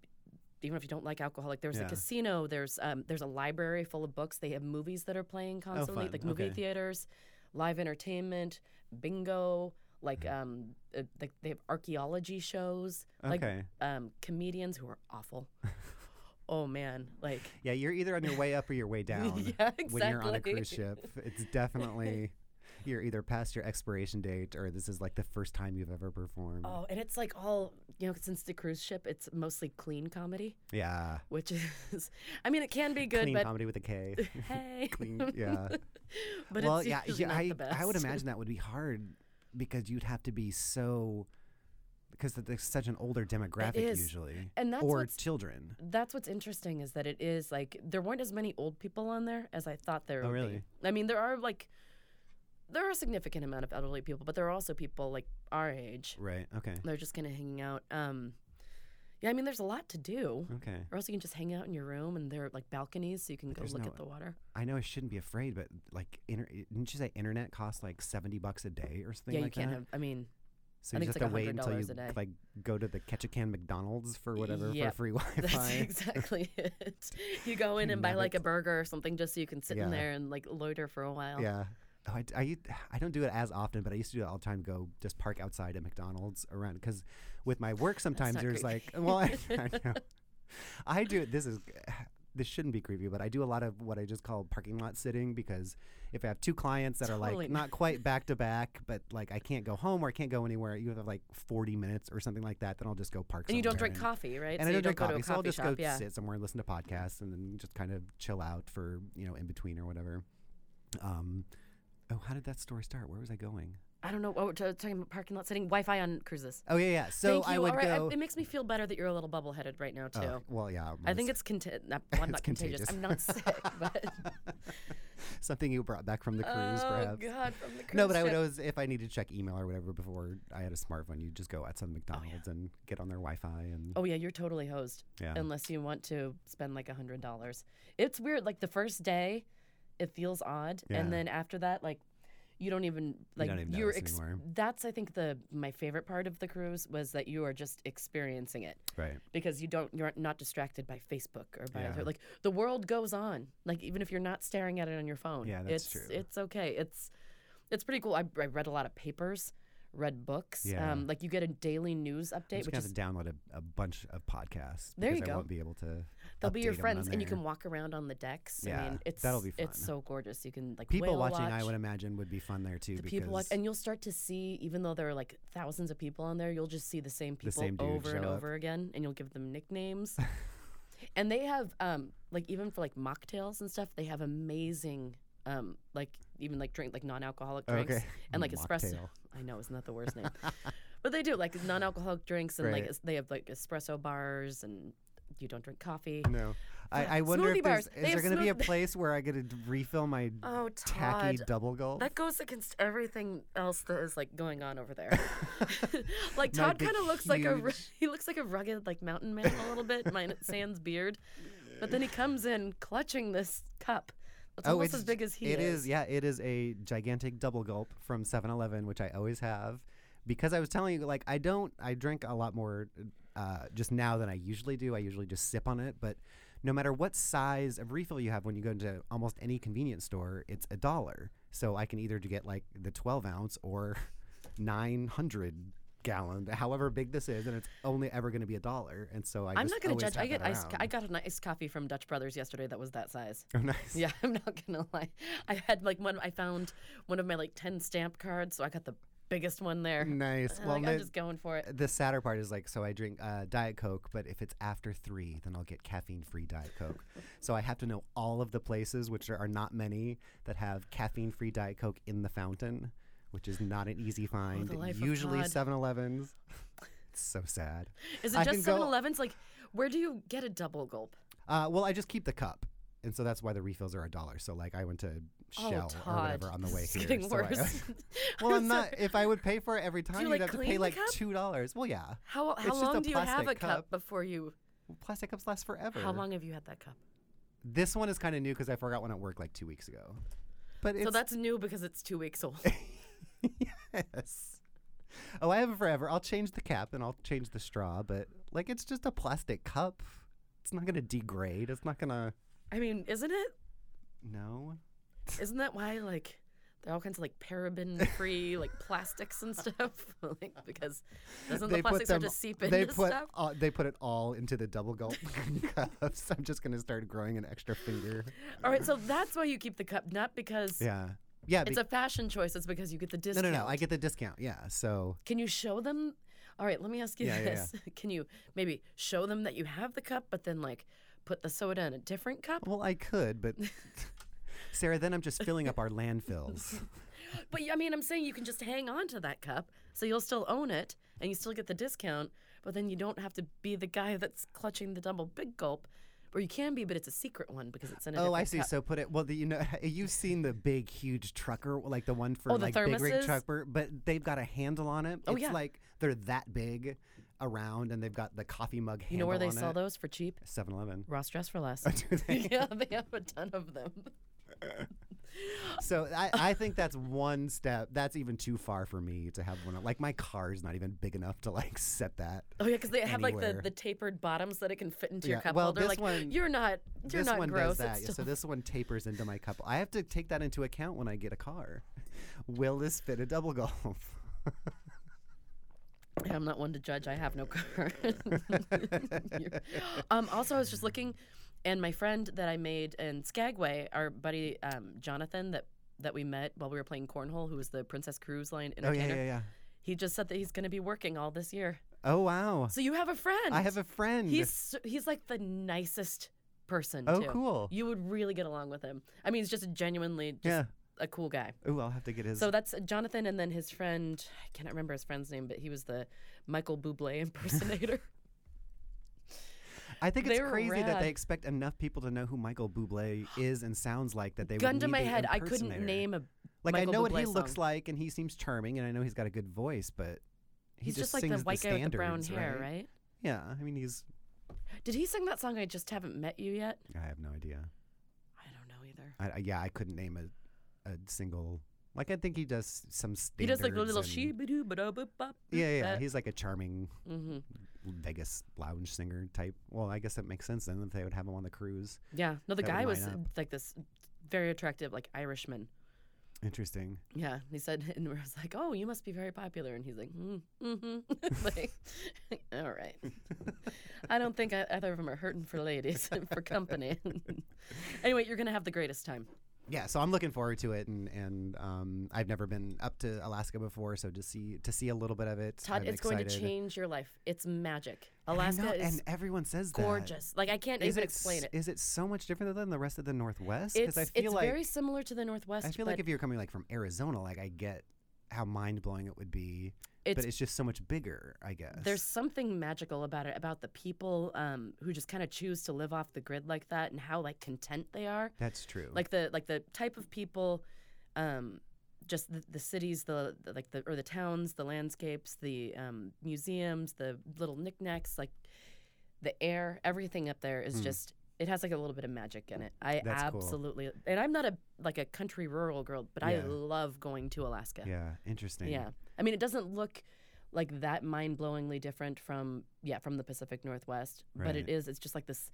Speaker 5: Even if you don't like alcohol, like there's a
Speaker 6: Yeah.
Speaker 5: casino, there's um, there's a library full of books. They have movies that are playing constantly,
Speaker 6: Oh, fun.
Speaker 5: like movie
Speaker 6: Okay.
Speaker 5: theaters, live entertainment, bingo. Like
Speaker 6: Mm-hmm.
Speaker 5: um, uh, like they have archaeology shows. Like
Speaker 6: Okay. (laughs)
Speaker 5: um, comedians who are awful. oh man, like (laughs)
Speaker 6: yeah, you're either on your way up or your way down.
Speaker 5: yeah,
Speaker 6: When you're on a cruise
Speaker 5: exactly.
Speaker 6: ship,
Speaker 5: (laughs)
Speaker 6: it's definitely you're either past your expiration date or this is like the first time you've ever performed.
Speaker 5: Oh, and it's like all you know. Since the cruise ship, it's mostly clean comedy,
Speaker 6: Yeah.
Speaker 5: which is, (laughs) I mean, it can be good,
Speaker 6: (laughs) clean
Speaker 5: but (laughs)
Speaker 6: comedy with a K.
Speaker 5: hey,
Speaker 6: clean, yeah.
Speaker 5: (laughs) but
Speaker 6: well,
Speaker 5: it's
Speaker 6: yeah,
Speaker 5: usually
Speaker 6: yeah,
Speaker 5: not
Speaker 6: I,
Speaker 5: the best.
Speaker 6: I would imagine that would be hard because you'd have to be so because th- there's such an older demographic
Speaker 5: is.
Speaker 6: usually,
Speaker 5: And that's
Speaker 6: or
Speaker 5: what's-
Speaker 6: children.
Speaker 5: That's what's interesting is that it is like there weren't as many old people on there as I thought there
Speaker 6: Oh,
Speaker 5: would
Speaker 6: really?
Speaker 5: be. I mean, there are like there are a significant amount of elderly people, but there are also people like our age.
Speaker 6: Right. Okay.
Speaker 5: They're just kind of hanging out. Um, yeah, I mean, there's a lot to do.
Speaker 6: Okay.
Speaker 5: Or else you can just hang out in your room, and there are like balconies, so you can go
Speaker 6: there's
Speaker 5: look
Speaker 6: no-
Speaker 5: at the water.
Speaker 6: I know I shouldn't be afraid, but like, inter- didn't you say internet costs like seventy bucks a day or something
Speaker 5: Yeah, you
Speaker 6: like
Speaker 5: can't
Speaker 6: that?
Speaker 5: have. I mean, (laughs)
Speaker 6: so
Speaker 5: I
Speaker 6: you
Speaker 5: think
Speaker 6: just
Speaker 5: it's
Speaker 6: have
Speaker 5: like
Speaker 6: to wait until
Speaker 5: $100
Speaker 6: you
Speaker 5: a day.
Speaker 6: like go to the Ketchikan McDonald's for whatever
Speaker 5: Yep,
Speaker 6: for free
Speaker 5: (laughs) that's
Speaker 6: Wi-Fi.
Speaker 5: exactly (laughs) it. You go in and buy
Speaker 6: Never
Speaker 5: like a
Speaker 6: t-
Speaker 5: burger or something, just so you can sit in
Speaker 6: Yeah.
Speaker 5: there and like loiter for a while.
Speaker 6: Yeah. Oh, I, d- I u- I don't do it as often, but I used to do it all the time. Go just park outside at McDonald's around because with
Speaker 5: (laughs)
Speaker 6: my work sometimes
Speaker 5: not
Speaker 6: there's
Speaker 5: creepy.
Speaker 6: like well
Speaker 5: (laughs)
Speaker 6: (laughs) I, I know I do it. This is this shouldn't be creepy, but I do a lot of what I just call parking lot sitting because if I have two clients that are
Speaker 5: Totally.
Speaker 6: like not quite back
Speaker 5: (laughs)
Speaker 6: to back, but like I can't go home or I can't go anywhere, you have like 40 minutes or something like that, then I'll just go park.
Speaker 5: And you don't
Speaker 6: somewhere
Speaker 5: drink coffee, right?
Speaker 6: And
Speaker 5: so
Speaker 6: I
Speaker 5: you
Speaker 6: don't drink
Speaker 5: go to a
Speaker 6: coffee, so I'll
Speaker 5: coffee
Speaker 6: just
Speaker 5: shop.
Speaker 6: go
Speaker 5: yeah.
Speaker 6: sit somewhere and listen to podcasts and then just kind of chill out for you know in between or whatever. Um, oh, how did that story start? Where was I going?
Speaker 5: I don't know. Oh, we're t- talking about parking lot sitting, Wi-Fi on cruises.
Speaker 6: Oh yeah, yeah. So
Speaker 5: Thank you.
Speaker 6: I would
Speaker 5: All right, I-
Speaker 6: go.
Speaker 5: it makes me feel better that you're a little bubble-headed right now too.
Speaker 6: Oh, well, yeah.
Speaker 5: I think
Speaker 6: it's-
Speaker 5: it's conti-
Speaker 6: (laughs)
Speaker 5: not, well, I'm
Speaker 6: It's
Speaker 5: not contagious.
Speaker 6: contagious.
Speaker 5: I'm not
Speaker 6: (laughs)
Speaker 5: sick, but
Speaker 6: something you brought back from the cruise,
Speaker 5: (laughs) oh
Speaker 6: perhaps.
Speaker 5: god, from the cruise
Speaker 6: No, but I would
Speaker 5: ship.
Speaker 6: always, if I needed to check email or whatever before I had a smartphone, you'd just go outside McDonald's and get on their Wi-Fi and
Speaker 5: Oh yeah, you're totally hosed
Speaker 6: yeah,
Speaker 5: unless you want to spend like a hundred dollars. It's weird. Like the first day, it feels odd,
Speaker 6: Yeah.
Speaker 5: and then after that, like you don't even like
Speaker 6: don't even
Speaker 5: you're.
Speaker 6: notice anymore.
Speaker 5: That's I think the my favorite part of the cruise was that you are just experiencing it.
Speaker 6: right.
Speaker 5: because you don't you're not distracted by Facebook or by other
Speaker 6: Yeah.
Speaker 5: like the world goes on. Like even if you're not staring at it on your phone,
Speaker 6: Yeah, that's
Speaker 5: it's
Speaker 6: true.
Speaker 5: it's okay. It's it's pretty cool. I, I read a lot of papers, read books.
Speaker 6: Yeah.
Speaker 5: Um, like you get a daily news
Speaker 6: I'm
Speaker 5: update,
Speaker 6: just
Speaker 5: which is
Speaker 6: gonna have to download a, a bunch of podcasts.
Speaker 5: There you
Speaker 6: because
Speaker 5: go.
Speaker 6: I won't be able to.
Speaker 5: they'll be your
Speaker 6: update 'em when
Speaker 5: friends,
Speaker 6: I'm
Speaker 5: and you
Speaker 6: there.
Speaker 5: can walk around on the decks. I
Speaker 6: Yeah,
Speaker 5: mean, it's
Speaker 6: that'll be
Speaker 5: it's
Speaker 6: fun.
Speaker 5: so gorgeous. You can like
Speaker 6: People
Speaker 5: whale
Speaker 6: watching,
Speaker 5: watch.
Speaker 6: I would imagine, would be fun there too.
Speaker 5: the
Speaker 6: because
Speaker 5: people
Speaker 6: (laughs)
Speaker 5: watch, and you'll start to see, even though there are like thousands of people on there, you'll just see the same people
Speaker 6: same dude
Speaker 5: over and
Speaker 6: show up.
Speaker 5: over again, and you'll give them
Speaker 6: (laughs)
Speaker 5: nicknames. and they have, um, like even for like mocktails and stuff, they have amazing, um, like even like drink like non-alcoholic drinks
Speaker 6: Oh, Okay.
Speaker 5: and like espresso.
Speaker 6: Mocktail.
Speaker 5: I know, isn't that the worst
Speaker 6: (laughs)
Speaker 5: name? but they do like non-alcoholic drinks, and like
Speaker 6: Right.
Speaker 5: es- they have like espresso bars, and you don't drink coffee.
Speaker 6: No, I,
Speaker 5: Yeah,
Speaker 6: I wonder
Speaker 5: smoothie
Speaker 6: if there's,
Speaker 5: bars.
Speaker 6: is
Speaker 5: They
Speaker 6: there
Speaker 5: have
Speaker 6: going to be a
Speaker 5: smooth-
Speaker 6: place where I get to d- refill my
Speaker 5: Oh,
Speaker 6: tacky
Speaker 5: Todd.
Speaker 6: double gulp. (laughs)
Speaker 5: That goes against everything else that is like going on over there. (laughs) like
Speaker 6: My
Speaker 5: Todd
Speaker 6: big,
Speaker 5: kind of looks like a ru-
Speaker 6: huge-
Speaker 5: (laughs) he looks like a rugged like mountain man a little bit,
Speaker 6: (laughs)
Speaker 5: minus sans beard, but then he comes in clutching this cup that's almost as big as he
Speaker 6: Oh, It
Speaker 5: is.
Speaker 6: is, yeah, it is a gigantic double gulp from 7-Eleven, which I always have, because I was telling you, like, I don't, I drink a lot more uh, just now than I usually do. I usually just sip on it, but no matter what size of refill you have, when you go into almost any convenience store, it's a dollar. So I can either to get like the twelve ounce or (laughs) nine hundred gallon, however big this is, and it's only ever going to be a dollar. And so I
Speaker 5: I'm
Speaker 6: just
Speaker 5: not gonna
Speaker 6: always
Speaker 5: judge. I
Speaker 6: have
Speaker 5: get
Speaker 6: that
Speaker 5: ice.
Speaker 6: around.
Speaker 5: I got an iced coffee from Dutch Brothers yesterday that was that size.
Speaker 6: (laughs) Oh, nice.
Speaker 5: Yeah, (laughs) I'm not gonna lie. I had like one. I found one of my like ten stamp cards, so I got the biggest one there.
Speaker 6: (laughs) Nice.
Speaker 5: well, Uh,
Speaker 6: Mm, Well, uh,
Speaker 5: like,
Speaker 6: no-
Speaker 5: I'm just going for it.
Speaker 6: the sadder part is like so i drink uh, diet coke but if it's after three then i'll get caffeine free diet coke
Speaker 5: (laughs)
Speaker 6: so i have to know all of the places which there are not many that have caffeine free diet coke in the fountain which is not an easy find
Speaker 5: Oh, life of
Speaker 6: usually
Speaker 5: Todd.
Speaker 6: 7-elevens (laughs) it's so sad
Speaker 5: Is it
Speaker 6: I
Speaker 5: just
Speaker 6: can go-
Speaker 5: 7-Elevens? Like, where do you get a double gulp?
Speaker 6: uh, well i just keep the cup and so that's why the refills are a dollar so like i went to shell or whatever on the
Speaker 5: Oh, this
Speaker 6: way
Speaker 5: is
Speaker 6: here
Speaker 5: Getting
Speaker 6: so I-
Speaker 5: worse.
Speaker 6: (laughs)
Speaker 5: (laughs)
Speaker 6: well i'm
Speaker 5: sorry.
Speaker 6: not if i would pay for it every time
Speaker 5: you, like,
Speaker 6: would have to
Speaker 5: clean
Speaker 6: pay
Speaker 5: the
Speaker 6: like
Speaker 5: cup?
Speaker 6: two dollars well yeah
Speaker 5: How
Speaker 6: It's
Speaker 5: how
Speaker 6: just a
Speaker 5: long do you have
Speaker 6: plastic
Speaker 5: a cup,
Speaker 6: cup.
Speaker 5: before you?
Speaker 6: plastic cups last forever
Speaker 5: How long have you had that cup?
Speaker 6: This one is kind of new because I forgot one at work like two weeks ago. But it's
Speaker 5: so
Speaker 6: (laughs)
Speaker 5: that's new because it's two weeks old.
Speaker 6: yes. Oh, I have it forever. I'll change the cap and I'll change the straw, but like it's just a plastic cup. It's not gonna degrade. It's not gonna
Speaker 5: I mean, isn't it?
Speaker 6: no.
Speaker 5: Isn't that why like there are all kinds of like
Speaker 6: (laughs)
Speaker 5: paraben-free like plastics and stuff? (laughs) like because doesn't the plastic start to seep into
Speaker 6: they put
Speaker 5: stuff?
Speaker 6: all- they put it all into the double gulp (laughs) cups. I'm just gonna start growing an extra finger.
Speaker 5: All right, so that's why you keep the cup, not because
Speaker 6: Yeah, yeah.
Speaker 5: it's
Speaker 6: be-
Speaker 5: a fashion choice. It's because you get the
Speaker 6: no,
Speaker 5: discount.
Speaker 6: no, no. I get the discount. Yeah, so
Speaker 5: Can you show them? All right, let me ask you
Speaker 6: Yeah, yeah,
Speaker 5: this. (laughs) Can you maybe show them that you have the cup, but then like put the soda in a different cup?
Speaker 6: well I
Speaker 5: (laughs)
Speaker 6: could, but Sarah, then I'm just filling up our landfills. Oh.
Speaker 5: But I mean, I'm saying you can just hang on to that cup, so you'll still own it, and you still get the discount. But then you don't have to be the guy that's clutching the double big gulp. or you can be, but it's a secret one because it's in a
Speaker 6: Oh, I
Speaker 5: different
Speaker 6: see.
Speaker 5: cup.
Speaker 6: So put it well. The, you know, (laughs) you've seen the big, huge trucker, like the one for
Speaker 5: Oh, the
Speaker 6: like big rig
Speaker 5: thermoses?
Speaker 6: trucker, but they've got a handle on it.
Speaker 5: Oh,
Speaker 6: it's
Speaker 5: yeah.
Speaker 6: like they're that big around, and they've got the coffee mug.
Speaker 5: you know where they sell those for cheap?
Speaker 6: Seven Eleven.
Speaker 5: Ross Dress for Less. (laughs)
Speaker 6: Do (laughs) they?
Speaker 5: yeah, they have a ton of them.
Speaker 6: (laughs) So I, I think that's one step. That's even too far for me to have one. of- Like my car is not even big enough to like set that.
Speaker 5: Oh yeah, because they have like the,
Speaker 6: Anywhere.
Speaker 5: the tapered bottoms that it can fit into your
Speaker 6: Yeah,
Speaker 5: cup
Speaker 6: well,
Speaker 5: holder.
Speaker 6: this
Speaker 5: like
Speaker 6: one-
Speaker 5: you're not you're
Speaker 6: this
Speaker 5: not
Speaker 6: one
Speaker 5: gross.
Speaker 6: does that.
Speaker 5: it's
Speaker 6: So
Speaker 5: still-
Speaker 6: this one tapers into my cup. I have to take that into account when I get a car. (laughs) Will this fit a
Speaker 5: (laughs)
Speaker 6: double golf?
Speaker 5: Yeah, I'm not one to judge. I have no (laughs) car. You're- um, also, I was just looking, and my friend that I made in Skagway, our buddy um, Jonathan that that we met while we were playing cornhole, who was the Princess Cruise Line
Speaker 6: oh
Speaker 5: entertainer.
Speaker 6: yeah, yeah, yeah.
Speaker 5: He just said that he's going to be working all this year.
Speaker 6: Oh wow.
Speaker 5: So you have a friend.
Speaker 6: I have a friend.
Speaker 5: He's so- he's like the nicest person.
Speaker 6: Oh,
Speaker 5: too.
Speaker 6: cool.
Speaker 5: You would really get along with him. I mean, he's just genuinely just
Speaker 6: Yeah.
Speaker 5: a cool guy.
Speaker 6: Ooh, I'll have to get his.
Speaker 5: So that's Jonathan, and then his friend. I cannot remember his friend's name, but he was the Michael Bublé impersonator.
Speaker 6: I think it's
Speaker 5: they were
Speaker 6: crazy that
Speaker 5: rad.
Speaker 6: they expect enough people to know who
Speaker 5: (gasps)
Speaker 6: Michael Bublé is and sounds like that they.
Speaker 5: Gun
Speaker 6: would
Speaker 5: to
Speaker 6: need
Speaker 5: my
Speaker 6: the
Speaker 5: head, I couldn't
Speaker 6: impersonator.
Speaker 5: name a
Speaker 6: Like
Speaker 5: Michael
Speaker 6: I know
Speaker 5: Bublé
Speaker 6: what he looks
Speaker 5: song.
Speaker 6: like, and he seems charming, and I know he's got a good voice, but he
Speaker 5: He's
Speaker 6: just,
Speaker 5: just, like the
Speaker 6: sings
Speaker 5: white guy with the brown
Speaker 6: standards,
Speaker 5: hair,
Speaker 6: right?
Speaker 5: right?
Speaker 6: Yeah, I mean he's.
Speaker 5: Did he sing that song? I just haven't met you yet.
Speaker 6: I have no idea.
Speaker 5: I don't know either.
Speaker 6: I, I- yeah, I couldn't name a, a single. Like I think he does some.
Speaker 5: He does like the
Speaker 6: standards
Speaker 5: little
Speaker 6: and-
Speaker 5: she ba doo ba da boop bop.
Speaker 6: Yeah, yeah, yeah. He's like a charming
Speaker 5: hmm
Speaker 6: Vegas lounge singer type. Well, I guess that makes sense then if they would have him on the cruise.
Speaker 5: Yeah. No, the
Speaker 6: That would
Speaker 5: guy
Speaker 6: line
Speaker 5: was
Speaker 6: up.
Speaker 5: uh, like this very attractive, like Irishman.
Speaker 6: Interesting. (laughs)
Speaker 5: Yeah, he said, and I was like, "Oh, you must be very popular." And he's like, mm, "Mm-hmm." like, all right. I don't think I, either of them are hurting for ladies for company. anyway, you're gonna have the greatest time.
Speaker 6: yeah so i'm looking forward to it and and um i've never been up to alaska before so to see to see a little bit of it
Speaker 5: Todd,
Speaker 6: I'm
Speaker 5: it's going to
Speaker 6: excited.
Speaker 5: change your life. It's magic.
Speaker 6: And I
Speaker 5: Alaska
Speaker 6: know-
Speaker 5: is
Speaker 6: and everyone says that.
Speaker 5: gorgeous. Like I can't
Speaker 6: Is
Speaker 5: even
Speaker 6: it
Speaker 5: explain
Speaker 6: s-
Speaker 5: it.
Speaker 6: is it so much different than the rest of the northwest
Speaker 5: It's
Speaker 6: i feel
Speaker 5: it's
Speaker 6: like
Speaker 5: very similar to the Northwest.
Speaker 6: i feel
Speaker 5: but
Speaker 6: like if you're coming like from arizona like i get how mind-blowing it would be
Speaker 5: it's,
Speaker 6: but it's just so much bigger i guess
Speaker 5: there's something magical about it, about the people um, who just kind of choose to live off the grid like that, and how like content they are.
Speaker 6: that's true
Speaker 5: Like the like the type of people, um, just the, the cities, the, the like the or the towns, the landscapes, the um, museums, the little knickknacks, like the air, everything up there is
Speaker 6: Mm.
Speaker 5: just. It has like a little bit of magic in it. I
Speaker 6: That's cool.
Speaker 5: absolutely, and I'm not a like a country rural girl, but I
Speaker 6: Yeah.
Speaker 5: love going to Alaska.
Speaker 6: yeah interesting
Speaker 5: Yeah. I mean, it doesn't look like that mind-blowingly different from yeah, from the Pacific Northwest, but
Speaker 6: Right.
Speaker 5: it is. It's just like this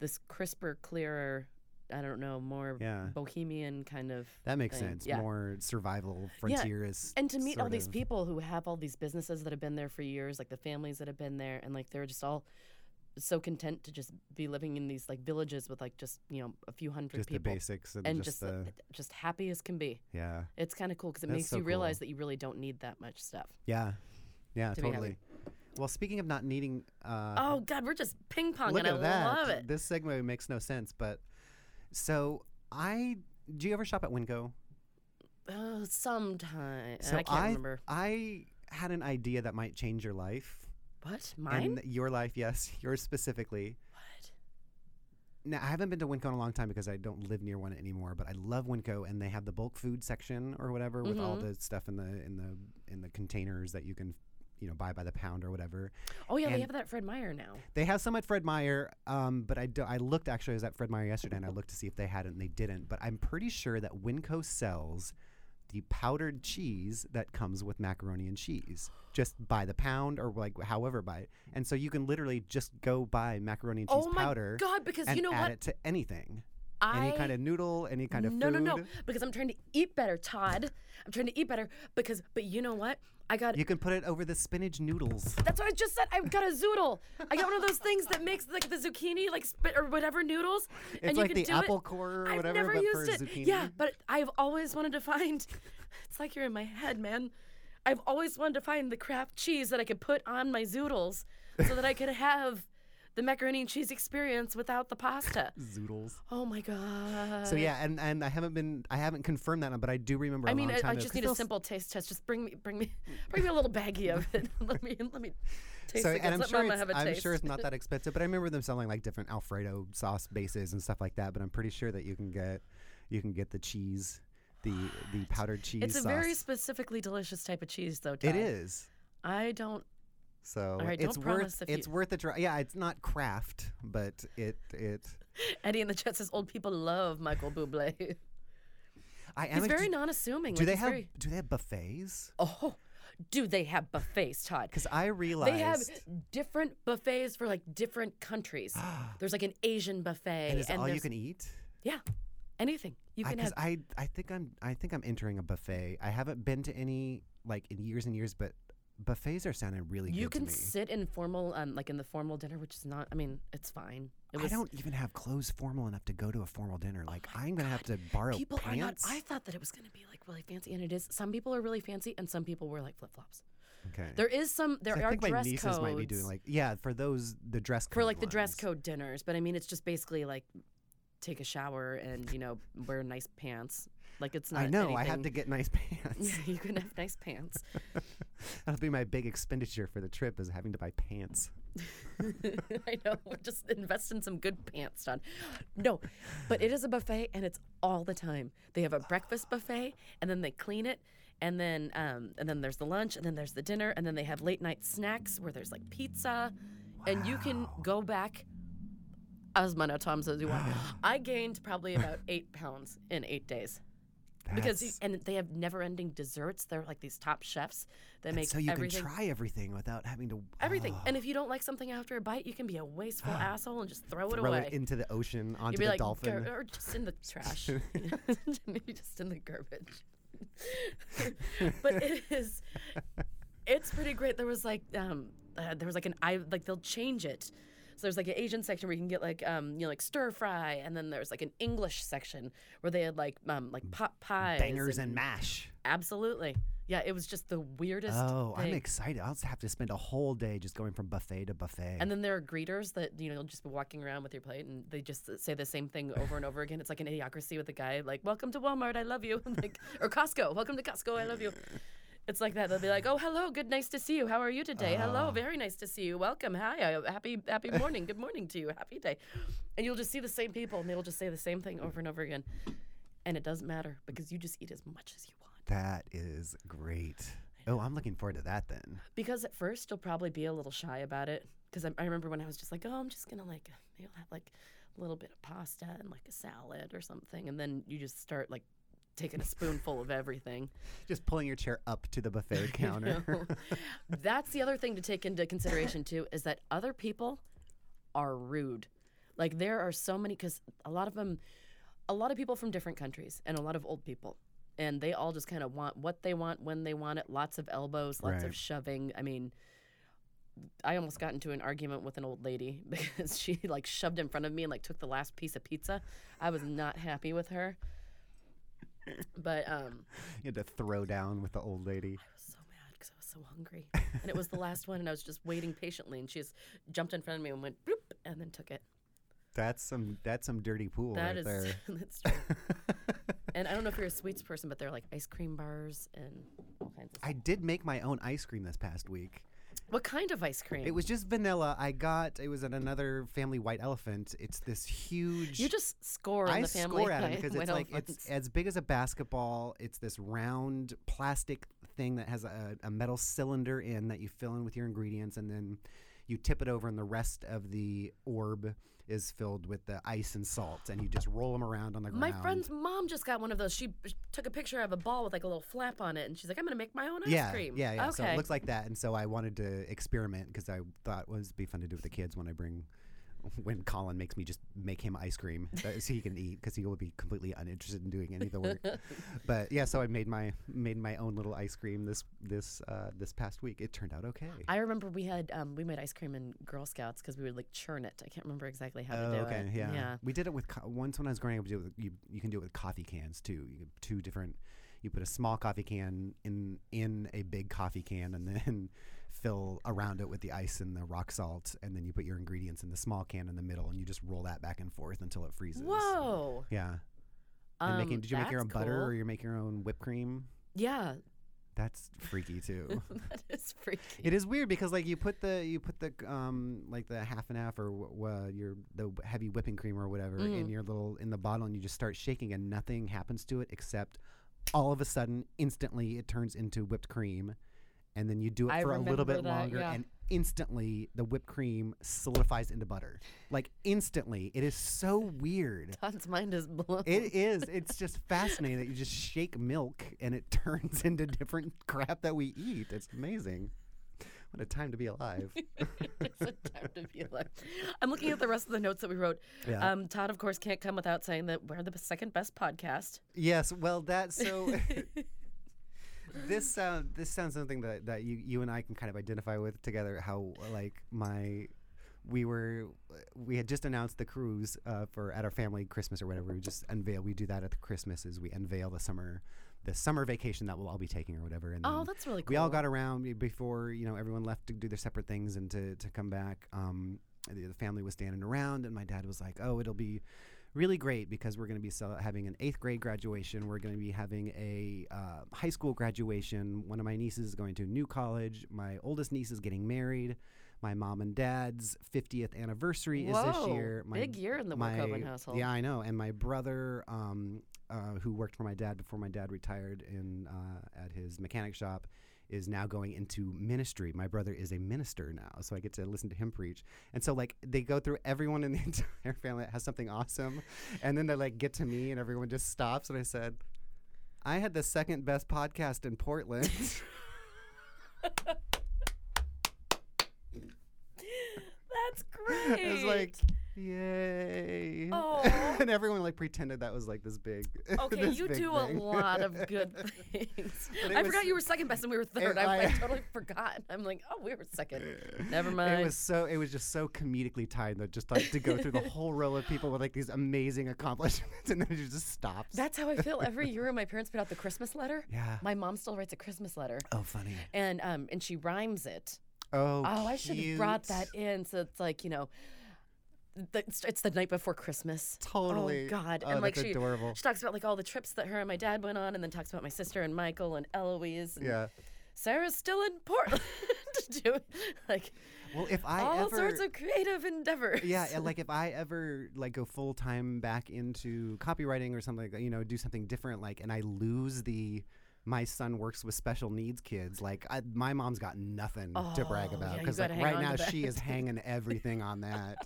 Speaker 5: this crisper, clearer, I don't know, more
Speaker 6: Yeah.
Speaker 5: bohemian kind of
Speaker 6: that makes
Speaker 5: thing.
Speaker 6: sense
Speaker 5: Yeah.
Speaker 6: more survival frontierist
Speaker 5: and to meet all
Speaker 6: sort
Speaker 5: these
Speaker 6: of-
Speaker 5: people who have all these businesses that have been there for years, like the families that have been there, and like they're just all so content to just be living in these like villages with like just you know a few hundred
Speaker 6: just the
Speaker 5: people,
Speaker 6: basics and,
Speaker 5: and just
Speaker 6: just the
Speaker 5: just happy as can be.
Speaker 6: yeah
Speaker 5: It's kind of cool because it
Speaker 6: That's
Speaker 5: makes
Speaker 6: so
Speaker 5: you realize
Speaker 6: cool.
Speaker 5: that you really don't need that much stuff.
Speaker 6: Yeah. Yeah,
Speaker 5: to be happy.
Speaker 6: totally. Well, speaking of not needing uh
Speaker 5: Oh God, we're just ping ponging.
Speaker 6: look
Speaker 5: I
Speaker 6: at that.
Speaker 5: love it.
Speaker 6: This segment makes no sense, but so I do you ever shop at Winco?
Speaker 5: Oh, sometime.
Speaker 6: So
Speaker 5: I can't remember.
Speaker 6: I had an idea that might change your life.
Speaker 5: What? Mine?
Speaker 6: And your life, yes, (laughs) yours specifically.
Speaker 5: what?
Speaker 6: Now, I haven't been to Winco in a long time because I don't live near one anymore, but I love Winco and they have the bulk food section or whatever with all
Speaker 5: Mhm.
Speaker 6: the stuff in the in the in the containers that you can, you know, buy by the pound or whatever.
Speaker 5: Oh yeah, they
Speaker 6: and-
Speaker 5: have that Fred Meyer now.
Speaker 6: They have some at Fred Meyer, um, but I do, I looked actually I was at Fred Meyer yesterday and I looked to see if they had it and they didn't. But I'm pretty sure that Winco sells the powdered cheese that comes with macaroni and cheese, just by the pound or like however by it. And so you can literally just go buy macaroni and cheese
Speaker 5: Oh my
Speaker 6: powder
Speaker 5: God! Because
Speaker 6: and
Speaker 5: you know
Speaker 6: add
Speaker 5: what?
Speaker 6: it to anything,
Speaker 5: I
Speaker 6: any kind of noodle, any kind of
Speaker 5: no
Speaker 6: food.
Speaker 5: no no because I'm trying to eat better, Todd. I'm trying to eat better because but you know what? I got.
Speaker 6: You can put it over the spinach noodles.
Speaker 5: that's what I just said. I got a zoodle. I got one of those things that makes like the zucchini, like spit or whatever noodles,
Speaker 6: It's
Speaker 5: and
Speaker 6: like
Speaker 5: you
Speaker 6: the
Speaker 5: can do
Speaker 6: apple
Speaker 5: it.
Speaker 6: core or
Speaker 5: I've
Speaker 6: whatever,
Speaker 5: never
Speaker 6: but
Speaker 5: used
Speaker 6: for
Speaker 5: it.
Speaker 6: zucchini.
Speaker 5: Yeah, but I've always wanted to find. (laughs) It's like you're in my head, man. I've
Speaker 6: (laughs)
Speaker 5: always wanted to find the crap cheese that I could put on my zoodles so that I could have the macaroni and cheese experience without the pasta.
Speaker 6: Zoodles.
Speaker 5: Oh my god.
Speaker 6: So yeah, and, and I haven't been I haven't confirmed that, but I do remember. a
Speaker 5: I mean,
Speaker 6: long
Speaker 5: I,
Speaker 6: time
Speaker 5: I
Speaker 6: ago,
Speaker 5: just
Speaker 6: 'cause
Speaker 5: need a
Speaker 6: they'll-
Speaker 5: simple taste test. Just bring me, bring me, (laughs) bring me a little baggie of it. (laughs) let me, let me taste
Speaker 6: So,
Speaker 5: it.
Speaker 6: and
Speaker 5: Let's
Speaker 6: I'm
Speaker 5: let
Speaker 6: sure,
Speaker 5: Mama
Speaker 6: it's,
Speaker 5: have a
Speaker 6: I'm
Speaker 5: taste.
Speaker 6: sure it's not that expensive, but I remember them selling like different Alfredo sauce bases and stuff like that. But I'm pretty sure that you can get you can get the cheese, the the powdered cheese.
Speaker 5: It's a
Speaker 6: sauce.
Speaker 5: very specifically delicious type of cheese, though. Todd.
Speaker 6: it is.
Speaker 5: I don't.
Speaker 6: So
Speaker 5: All right, don't
Speaker 6: it's
Speaker 5: promise
Speaker 6: worth
Speaker 5: if
Speaker 6: it's
Speaker 5: you-
Speaker 6: worth a try. Yeah, it's not craft, but it it.
Speaker 5: Eddie in the chat says old people love Michael Bublé. (laughs) he's
Speaker 6: I am. a-
Speaker 5: very
Speaker 6: do,
Speaker 5: non-assuming.
Speaker 6: do
Speaker 5: like,
Speaker 6: they
Speaker 5: he's
Speaker 6: have
Speaker 5: very-
Speaker 6: do they have buffets?
Speaker 5: oh, do they have buffets, Todd?
Speaker 6: Because I realized
Speaker 5: They have
Speaker 6: (gasps)
Speaker 5: different buffets for like different countries. there's like an Asian buffet,
Speaker 6: and it's all you
Speaker 5: there's-
Speaker 6: can eat.
Speaker 5: yeah, anything you
Speaker 6: I,
Speaker 5: can
Speaker 6: 'cause
Speaker 5: have.
Speaker 6: I I think I'm I think I'm entering a buffet. I haven't been to any like in years and years, but buffets are sounding really
Speaker 5: you
Speaker 6: good
Speaker 5: can
Speaker 6: to me.
Speaker 5: sit in formal, um, like in the formal dinner, which is not. I mean, it's fine. It
Speaker 6: I don't even have clothes formal enough to go to a formal dinner. Like I'm gonna have to borrow
Speaker 5: Oh People are not.
Speaker 6: pants.
Speaker 5: I thought that it was going to be like really fancy, and it is. Some people are really fancy, and some people wear like flip flops.
Speaker 6: okay.
Speaker 5: There is some. There
Speaker 6: So
Speaker 5: are
Speaker 6: I think my
Speaker 5: dress
Speaker 6: nieces
Speaker 5: codes
Speaker 6: might be doing like yeah for those the dress code
Speaker 5: for like the dress
Speaker 6: ones.
Speaker 5: code dinners, but I mean, it's just basically like take a shower and you know wear nice pants. Like it's not.
Speaker 6: I know I
Speaker 5: anything-
Speaker 6: have to get nice (laughs)
Speaker 5: (laughs)
Speaker 6: pants.
Speaker 5: you can have nice pants.
Speaker 6: That'll be my big expenditure for the trip is having to buy pants.
Speaker 5: (laughs) I know. We're just invest in some good pants, Don. No, but it is a buffet, and it's all the time. They have a breakfast buffet, and then they clean it, and then um, and then there's the lunch, and then there's the dinner, and then they have late night snacks where there's like pizza, and you can go back as many times as you want.
Speaker 6: (gasps)
Speaker 5: I gained probably
Speaker 6: (laughs)
Speaker 5: about eight pounds in eight days. Because you,
Speaker 6: That's-
Speaker 5: and they have never-ending desserts. They're like these top chefs that make
Speaker 6: so you
Speaker 5: everything
Speaker 6: can try everything without having to
Speaker 5: everything.
Speaker 6: oh,
Speaker 5: And if you don't like something after a bite, you can be a
Speaker 6: (gasps)
Speaker 5: wasteful asshole and just throw it
Speaker 6: throw
Speaker 5: away.
Speaker 6: it into the ocean onto
Speaker 5: You'd be
Speaker 6: the
Speaker 5: like, "Gar-
Speaker 6: dolphin.
Speaker 5: or just
Speaker 6: (laughs)
Speaker 5: in the trash, (laughs) Maybe just in the garbage. (laughs) but
Speaker 6: (laughs)
Speaker 5: it is, it's pretty great. There was like, um, uh, there was like an I like they'll change it. So there's like an Asian section where you can get like, um, you know, like stir fry, and then there's like an English section where they had like, um, like pot pies,
Speaker 6: Bangers and mash.
Speaker 5: absolutely, yeah. It was just the weirdest.
Speaker 6: Oh, I'm
Speaker 5: thing.
Speaker 6: excited. I'll just have to spend a whole day just going from buffet to buffet.
Speaker 5: And then there are greeters that you know you'll just be walking around with your plate, and they just say the same thing over and over again. It's like an idiocracy with a guy like "Welcome to Walmart, I love you," (laughs) like or Costco, "Welcome to Costco, I love you." It's like that. They'll be like, "Oh, hello, good, nice to see you. How are you today? hello, very nice to see you. Welcome, hi, I, happy, happy morning, good morning to you, happy day." And you'll just see the same people, and they'll just say the same thing over and over again, and it doesn't matter because you just eat as much as you want.
Speaker 6: that is great. Oh, I'm looking forward to that then.
Speaker 5: Because at first you'll probably be a little shy about it. Because I, I remember when I was just like, oh, I'm just gonna like, you'll have like a little bit of pasta and like a salad or something, and then you just start like taking a spoonful of everything.
Speaker 6: Just pulling your chair up to
Speaker 5: (laughs)
Speaker 6: the buffet
Speaker 5: you
Speaker 6: counter.
Speaker 5: know? That's the other thing to take into consideration too is that other people are rude. Like there are so many because a lot of them, a lot of people from different countries and a lot of old people, and they all just kind of want what they want when they want it. Lots of elbows, lots
Speaker 6: Right.
Speaker 5: of shoving. I mean. I almost got into an argument with an old lady (laughs) because she like shoved in front of me and like took the last piece of pizza. I was not happy with her. But um
Speaker 6: (laughs) you had to throw down with the old lady.
Speaker 5: so mad because I was so hungry. And it was the last one, and I was just waiting patiently, and she just jumped in front of me and went boop, and then took it.
Speaker 6: That's some that's some dirty pool
Speaker 5: That
Speaker 6: right
Speaker 5: is, (laughs)
Speaker 6: there.
Speaker 5: that's
Speaker 6: (laughs)
Speaker 5: true. and I don't know if you're a sweets person, but they're like ice cream bars and all kinds of.
Speaker 6: I did make my own ice cream this past week.
Speaker 5: What kind of ice cream?
Speaker 6: It was just vanilla. I got it was at another family white elephant. It's this huge
Speaker 5: you just score on
Speaker 6: I
Speaker 5: the family. (laughs)
Speaker 6: score at
Speaker 5: Guy
Speaker 6: them because
Speaker 5: White
Speaker 6: it's like
Speaker 5: Elephants.
Speaker 6: it's as big as a basketball. It's this round plastic thing that has a, a metal cylinder in that you fill in with your ingredients, and then you tip it over, and the rest of the orb is filled with the ice and salt, and you just roll them around on the ground.
Speaker 5: My friend's mom just got one of those. She b- took a picture of a ball with like a little flap on it, and she's like, "I'm gonna make my own ice
Speaker 6: Yeah,
Speaker 5: cream."
Speaker 6: yeah, yeah.
Speaker 5: Okay.
Speaker 6: So it looks like that, and so I wanted to experiment because I thought well, this would be fun to do with the kids when I bring. (laughs) When Colin makes me just make him ice cream (laughs) that- so he can eat because he will be completely uninterested in doing any of the work.
Speaker 5: (laughs)
Speaker 6: but yeah, so I made my made my own little ice cream this this uh, this past week. It turned out okay.
Speaker 5: I remember we had um, we made ice cream in Girl Scouts because we would like churn it. I can't remember exactly how
Speaker 6: Oh,
Speaker 5: to do
Speaker 6: okay,
Speaker 5: it.
Speaker 6: yeah.
Speaker 5: yeah.
Speaker 6: We did it with co- once when I was growing up. we did it with- You you can do it with coffee cans too. You, can- two different. you put a small coffee can in in a big coffee can and then (laughs) fill around it with the ice and the rock salt and then you put your ingredients in the small can in the middle and you just roll that back and forth until it freezes.
Speaker 5: Whoa.
Speaker 6: Yeah. And making,
Speaker 5: Um,
Speaker 6: did you make your own
Speaker 5: that's
Speaker 6: butter
Speaker 5: cool.
Speaker 6: or you make your own whipped cream?
Speaker 5: Yeah,
Speaker 6: That's freaky too.
Speaker 5: (laughs) that is freaky.
Speaker 6: Oh. It is weird because like you put the you put the um like the half and half or wh- uh, your the w- heavy whipping cream or whatever in
Speaker 5: Mhm.
Speaker 6: your little in the bottle and you just start shaking and nothing happens to it except all of a sudden instantly it turns into whipped cream and then you do it
Speaker 5: I
Speaker 6: for a little
Speaker 5: remember
Speaker 6: bit
Speaker 5: that,
Speaker 6: longer
Speaker 5: yeah.
Speaker 6: and instantly the whipped cream solidifies into butter like instantly it is so weird
Speaker 5: Todd's mind is blown.
Speaker 6: it is it's just fascinating that you just shake milk and it (laughs) turns into different crap that we eat it's amazing what a time to be alive
Speaker 5: (laughs) (laughs) it's a time to be alive. I'm looking at the rest of the notes that we wrote.
Speaker 6: Yeah.
Speaker 5: Um, Todd, of course, can't come without saying that we're the second best podcast.
Speaker 6: Yes,
Speaker 5: (laughs)
Speaker 6: well, that so. this sound this sounds something that that you you and I can kind of identify with together. How like my. We were, we had just announced the cruise uh, for at our family Christmas or whatever. We just unveil. We do that at the Christmas is we unveil the summer, the summer vacation that we'll all be taking or whatever. And
Speaker 5: Oh,
Speaker 6: then
Speaker 5: that's really cool.
Speaker 6: we all got around be- before you know everyone left to do their separate things and to, to come back um, the, the family was standing around and my dad was like oh it'll be really great because we're going to be cel- having an eighth grade graduation we're going to be having a uh, high school graduation one of my nieces is going to a new college my oldest niece is getting married my mom and dad's 50th anniversary is this
Speaker 5: Whoa,
Speaker 6: year my,
Speaker 5: big year in the
Speaker 6: my-
Speaker 5: Wachovin household.
Speaker 6: yeah i know and my brother um, uh, who worked for my dad before my dad retired in uh, at his mechanic shop is now going into ministry. My brother is a minister now, so I get to listen to him preach. And so like they go through everyone in the (laughs) entire family that has something awesome, and then they like get to me, and everyone just stops. And I said, "I had the second best podcast in Portland." (laughs) (laughs)
Speaker 5: That's great.
Speaker 6: I was like, (laughs) "Yay!"
Speaker 5: Aw.
Speaker 6: (laughs) and everyone like pretended that was like this big. (laughs)
Speaker 5: Okay,
Speaker 6: this
Speaker 5: you
Speaker 6: big
Speaker 5: do
Speaker 6: thing.
Speaker 5: a lot
Speaker 6: (laughs)
Speaker 5: of good things.
Speaker 6: it
Speaker 5: I
Speaker 6: was-
Speaker 5: forgot you were second best and we were third. I,
Speaker 6: I-
Speaker 5: I totally forgot. I'm like, oh, we were second.
Speaker 6: (laughs)
Speaker 5: Never mind.
Speaker 6: It was so it was just so comedically timed though, just like to go through
Speaker 5: (laughs)
Speaker 6: the whole row of people with like these amazing accomplishments (laughs) and then it just stops.
Speaker 5: That's how I feel every year. when My parents put out the Christmas letter.
Speaker 6: Yeah.
Speaker 5: My mom still writes a Christmas letter,
Speaker 6: oh funny.
Speaker 5: and um, and she rhymes it.
Speaker 6: Oh,
Speaker 5: Oh, I should have brought
Speaker 6: cute.
Speaker 5: that in. So it's like you know, the, it's, it's the night before Christmas.
Speaker 6: Totally.
Speaker 5: Oh God.
Speaker 6: Oh,
Speaker 5: and like
Speaker 6: that's
Speaker 5: she,
Speaker 6: adorable.
Speaker 5: she talks about like all the trips that her and my dad went on, and then talks about my sister and Michael and Eloise. And
Speaker 6: Yeah.
Speaker 5: Sarah's still in Portland (laughs) to do like
Speaker 6: Well, if I
Speaker 5: all
Speaker 6: ever
Speaker 5: sorts of creative endeavors. (laughs)
Speaker 6: yeah, and, like if I ever like go full time back into copywriting or something like that, you know, do something different, like, and I lose the, my son works with special needs kids. Like I, my mom's got nothing to brag
Speaker 5: Oh,
Speaker 6: about
Speaker 5: yeah, you
Speaker 6: because
Speaker 5: gotta
Speaker 6: like
Speaker 5: hang
Speaker 6: right
Speaker 5: on to
Speaker 6: now
Speaker 5: that. (laughs)
Speaker 6: she is hanging everything on that.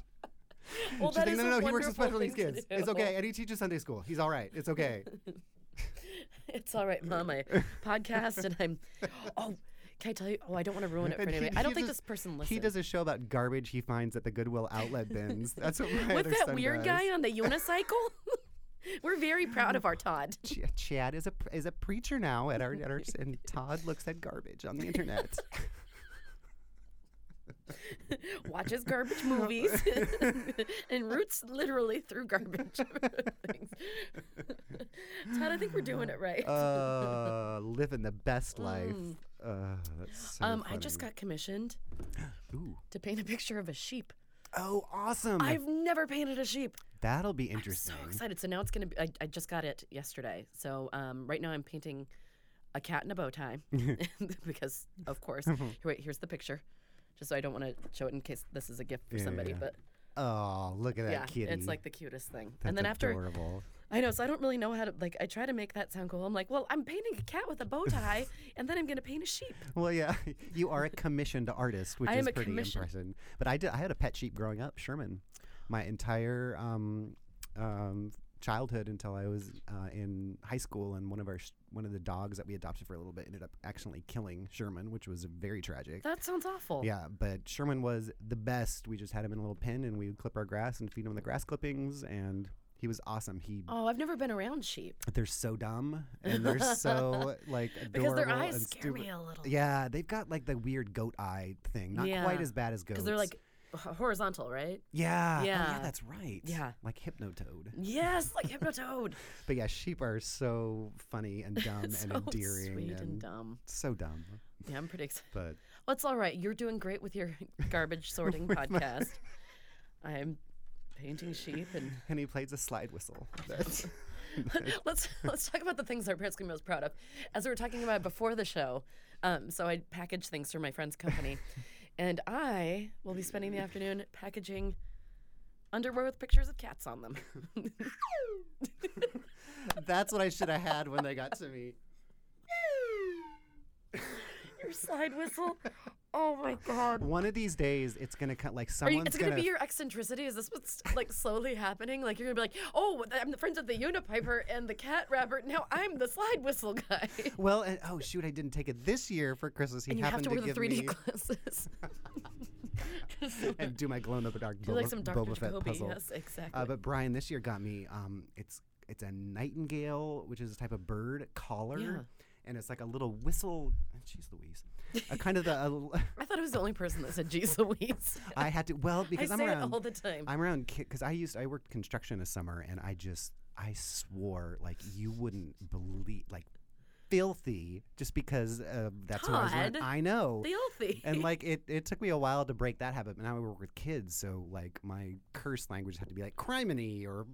Speaker 5: well,
Speaker 6: She's
Speaker 5: that
Speaker 6: like,
Speaker 5: is
Speaker 6: no, no,
Speaker 5: a
Speaker 6: no. He works with
Speaker 5: wonderful
Speaker 6: special needs
Speaker 5: thing to
Speaker 6: kids. It's
Speaker 5: do.
Speaker 6: okay, and he teaches Sunday school. He's all right. It's okay.
Speaker 5: (laughs) It's all right, Mom.
Speaker 6: (laughs)
Speaker 5: I podcast and I'm. Oh, can I tell you? Oh, I don't want to ruin it for
Speaker 6: And he-
Speaker 5: anybody. I
Speaker 6: he
Speaker 5: don't think
Speaker 6: does-
Speaker 5: this person listens.
Speaker 6: He does a show about garbage he finds at the Goodwill
Speaker 5: (laughs)
Speaker 6: outlet bins. That's what my
Speaker 5: With
Speaker 6: other
Speaker 5: that
Speaker 6: son
Speaker 5: weird
Speaker 6: does.
Speaker 5: guy
Speaker 6: (laughs)
Speaker 5: on the unicycle. (laughs) We're very proud of our Todd.
Speaker 6: Ch- Chad is a pr- is a preacher now at our at our
Speaker 5: (laughs)
Speaker 6: and Todd looks at garbage on the internet.
Speaker 5: Watches garbage movies (laughs) and roots literally through garbage. (laughs) things. Todd, I think we're doing it
Speaker 6: Oh,
Speaker 5: right.
Speaker 6: uh, living the best life. Uh, that's so
Speaker 5: Mm. um, I just
Speaker 6: funny.
Speaker 5: got commissioned
Speaker 6: Ooh.
Speaker 5: to paint a picture of a sheep.
Speaker 6: Oh, awesome!
Speaker 5: I've never painted a sheep.
Speaker 6: That'll be
Speaker 5: I'm
Speaker 6: interesting.
Speaker 5: so excited. So now it's gonna be. I, I just got it yesterday. So um, right now I'm painting a cat in a bow
Speaker 6: (laughs)
Speaker 5: tie (laughs) because, of course. Here, wait, here's the picture. Just so I don't want to show it in case this is a gift for
Speaker 6: Yeah,
Speaker 5: somebody,
Speaker 6: yeah.
Speaker 5: but
Speaker 6: Oh, look at that
Speaker 5: yeah,
Speaker 6: kitty.
Speaker 5: it's like the cutest thing.
Speaker 6: that's
Speaker 5: and then after,
Speaker 6: adorable.
Speaker 5: I know. So I don't really know how to like. I try to make that sound cool. I'm like, well, I'm painting a cat with a bow tie,
Speaker 6: (laughs)
Speaker 5: and then I'm gonna paint a sheep.
Speaker 6: Well, yeah, (laughs) you are a commissioned artist, which
Speaker 5: I
Speaker 6: is
Speaker 5: am a
Speaker 6: pretty
Speaker 5: commission-
Speaker 6: impressive. But I did. I had a pet sheep growing up, Sherman. My entire um, um, childhood until I was uh, in high school, and one of our sh- one of the dogs that we adopted for a little bit ended up accidentally killing Sherman, which was very tragic.
Speaker 5: That sounds awful.
Speaker 6: yeah, but Sherman was the best. We just had him in a little pen, and we would clip our grass and feed him the grass clippings, and he was awesome. He
Speaker 5: Oh, I've never been around sheep
Speaker 6: they're so dumb and they're so
Speaker 5: (laughs)
Speaker 6: like adorable
Speaker 5: because their eyes
Speaker 6: and
Speaker 5: scare
Speaker 6: stupid.
Speaker 5: me a little.
Speaker 6: Yeah, they've got like the weird goat eye thing. Not
Speaker 5: Yeah.
Speaker 6: quite as bad as goats.
Speaker 5: Because they're like h- horizontal, right?
Speaker 6: Yeah. Oh,
Speaker 5: Yeah.
Speaker 6: yeah, that's right.
Speaker 5: Yeah.
Speaker 6: Like Hypnotoad.
Speaker 5: Yes, like
Speaker 6: (laughs)
Speaker 5: Hypnotoad.
Speaker 6: But yeah, sheep are so
Speaker 5: (laughs)
Speaker 6: funny and dumb
Speaker 5: so
Speaker 6: Um, and endearing
Speaker 5: sweet and,
Speaker 6: and,
Speaker 5: dumb.
Speaker 6: so dumb.
Speaker 5: Yeah, I'm pretty excited.
Speaker 6: But
Speaker 5: Well, it's all right. You're doing great with your
Speaker 6: (laughs)
Speaker 5: garbage sorting podcast. I'm painting sheep and
Speaker 6: and he plays a
Speaker 5: (laughs)
Speaker 6: slide whistle. That's
Speaker 5: let's let's talk about the things our parents can be most proud of. As we were talking about before the show, um, so I package things for my friend's
Speaker 6: (laughs)
Speaker 5: company, and I will be spending the afternoon packaging underwear with pictures of cats on them. (laughs)
Speaker 6: that's what I should have had when they got to me.
Speaker 5: your slide whistle. Oh my god.
Speaker 6: One of these days, it's gonna cut like
Speaker 5: Are you,
Speaker 6: someone's
Speaker 5: it's gonna, be your eccentricity. Is this what's like slowly happening? Like you're gonna be like, oh, I'm the friends of the Unipiper and the cat rapper. Now I'm the slide whistle guy.
Speaker 6: well. And, oh shoot, I didn't take it this year for Christmas. He
Speaker 5: And you have
Speaker 6: happened
Speaker 5: to wear the
Speaker 6: give
Speaker 5: 3D
Speaker 6: me
Speaker 5: glasses. (laughs)
Speaker 6: (laughs) and do my glow in the dark
Speaker 5: Do
Speaker 6: Boba,
Speaker 5: like some Dr.
Speaker 6: Boba Fett
Speaker 5: Jacoby.
Speaker 6: puzzle.
Speaker 5: Yes, exactly.
Speaker 6: Uh, but Brian this year got me. Um, it's it's a nightingale, which is a type of bird collar,
Speaker 5: Yeah.
Speaker 6: and it's like a little whistle. Jeez Louise, a kind of the. a l- (laughs)
Speaker 5: I thought I was the only person that said Jeez (laughs) Louise.
Speaker 6: I had to well
Speaker 5: I
Speaker 6: because am
Speaker 5: say
Speaker 6: around.
Speaker 5: it all the time.
Speaker 6: I'm around because I used I worked construction this summer and I just I swore like you wouldn't believe like filthy just because uh, that's what I was learning.
Speaker 5: Todd,
Speaker 6: I know.
Speaker 5: Filthy.
Speaker 6: and like it, it took me a while to break that habit. But now I work with kids, so like my curse language had to be like criminy or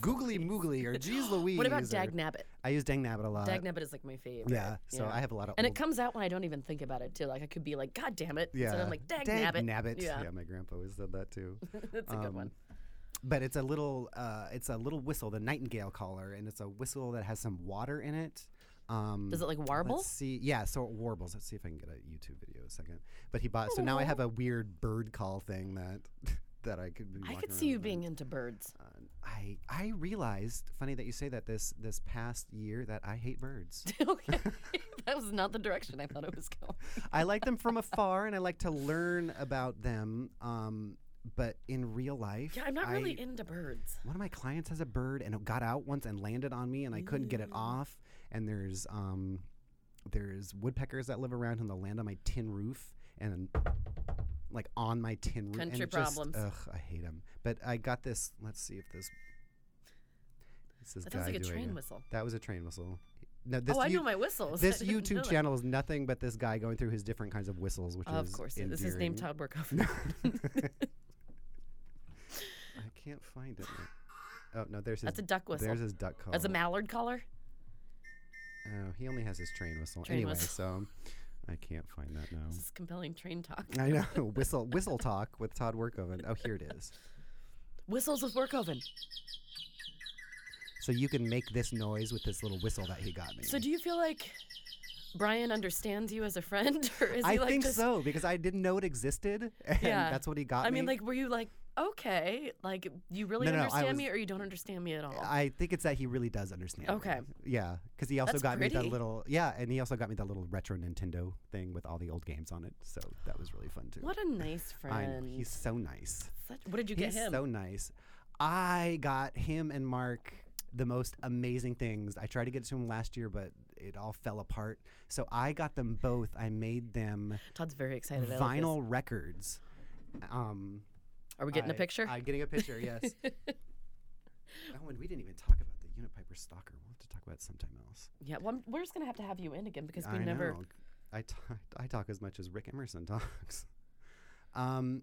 Speaker 6: googly
Speaker 5: (laughs)
Speaker 6: moogly or geez
Speaker 5: (laughs)
Speaker 6: Louise.
Speaker 5: what about
Speaker 6: or-
Speaker 5: Dag Nabbit?
Speaker 6: I use Dag Nabbit a lot.
Speaker 5: Dag Nabbit is like my favorite.
Speaker 6: uh, yeah, so I have a lot of
Speaker 5: And it
Speaker 6: old-
Speaker 5: comes out when I don't even think about it too. Like I could be like, God damn it.
Speaker 6: yeah.
Speaker 5: And I'm like, Dag, Nabbit. Yeah.
Speaker 6: yeah, my grandpa always said that too.
Speaker 5: (laughs) That's a good one.
Speaker 6: Um, but it's a little uh, it's a little whistle the nightingale collar and it's a whistle that has some water in it um,
Speaker 5: Does it like warble?
Speaker 6: Let's see, yeah. So it warbles. Let's see if I can get a YouTube video in a second. But he bought.
Speaker 5: Oh.
Speaker 6: So now I have a weird bird call thing that (laughs) that I could. Be
Speaker 5: I
Speaker 6: walking
Speaker 5: could see you
Speaker 6: around with. Uh,
Speaker 5: being into birds. (laughs)
Speaker 6: I I realized. Funny that you say that. This this past year that I hate birds.
Speaker 5: (laughs)
Speaker 6: (laughs)
Speaker 5: okay. that was not the direction I thought it was going.
Speaker 6: I like them from afar, and I like to learn about them. Um, but in real life,
Speaker 5: Yeah, I'm not
Speaker 6: I-
Speaker 5: really into birds.
Speaker 6: one of my clients has a bird and it got out once and landed on me and I couldn't get it off and there's um there's woodpeckers that live around and they'll land on my tin roof and like on my tin roof and
Speaker 5: Country
Speaker 6: it just-
Speaker 5: problems.
Speaker 6: ugh I hate them but I got this let's see if this this is
Speaker 5: That sounds like a
Speaker 6: doing
Speaker 5: train
Speaker 6: it.
Speaker 5: whistle.
Speaker 6: that was a train whistle no this
Speaker 5: oh, I
Speaker 6: you-
Speaker 5: know my whistles. (laughs) I
Speaker 6: this
Speaker 5: didn't know
Speaker 6: YouTube
Speaker 5: that.
Speaker 6: channel is nothing but this guy going through his different kinds of whistles which
Speaker 5: Of
Speaker 6: is
Speaker 5: course, yeah, this is named
Speaker 6: endearing.
Speaker 5: Todd
Speaker 6: (laughs)
Speaker 5: Workoff.
Speaker 6: I can't find it oh no there's his
Speaker 5: That's a duck whistle.
Speaker 6: there's his duck call
Speaker 5: That's a mallard collar.
Speaker 6: Oh, he only has his train whistle.
Speaker 5: Train
Speaker 6: anyway,
Speaker 5: whistle.
Speaker 6: so I can't find that now.
Speaker 5: This is compelling train talk.
Speaker 6: I know. (laughs) Whistle whistle talk with Todd Workoven. Oh, here it is.
Speaker 5: Whistles with Workoven.
Speaker 6: So you can make this noise with this little whistle that he got me.
Speaker 5: So do you feel like Brian understands you as a friend, (laughs) or is
Speaker 6: I
Speaker 5: he like
Speaker 6: think
Speaker 5: just,
Speaker 6: so because I didn't know it existed, and
Speaker 5: Yeah.
Speaker 6: that's what he got
Speaker 5: I
Speaker 6: me.
Speaker 5: mean, like, were you like, okay, like you really
Speaker 6: No, no, no, I
Speaker 5: understand
Speaker 6: was-
Speaker 5: me, or you don't understand me at all?
Speaker 6: I think it's that he really does understand. me.
Speaker 5: Okay.
Speaker 6: Yeah, because he also
Speaker 5: That's
Speaker 6: got me
Speaker 5: pretty.
Speaker 6: that little yeah, and he also got me that little retro Nintendo thing with all the old games on it. So that was really fun too.
Speaker 5: what a nice
Speaker 6: (sighs) I
Speaker 5: friend.
Speaker 6: know he's so nice.
Speaker 5: Such, what did you get
Speaker 6: He's
Speaker 5: him?
Speaker 6: so nice. I got him and Mark the most amazing things. I tried to get it to him last year, but it all fell apart. So I got them both. I made them
Speaker 5: Todd's very excited. I like this.
Speaker 6: vinyl records. Um,
Speaker 5: Are we getting a
Speaker 6: I-
Speaker 5: picture?
Speaker 6: I'm getting
Speaker 5: (laughs)
Speaker 6: a picture. Yes. oh, and we didn't even talk about the Unipiper Stalker. We'll have to talk about it sometime else.
Speaker 5: yeah. Well, I'm- we're just gonna have to have you in again because we
Speaker 6: I
Speaker 5: never.
Speaker 6: know. I, t- I talk as much as Rick Emerson (laughs) talks. Um,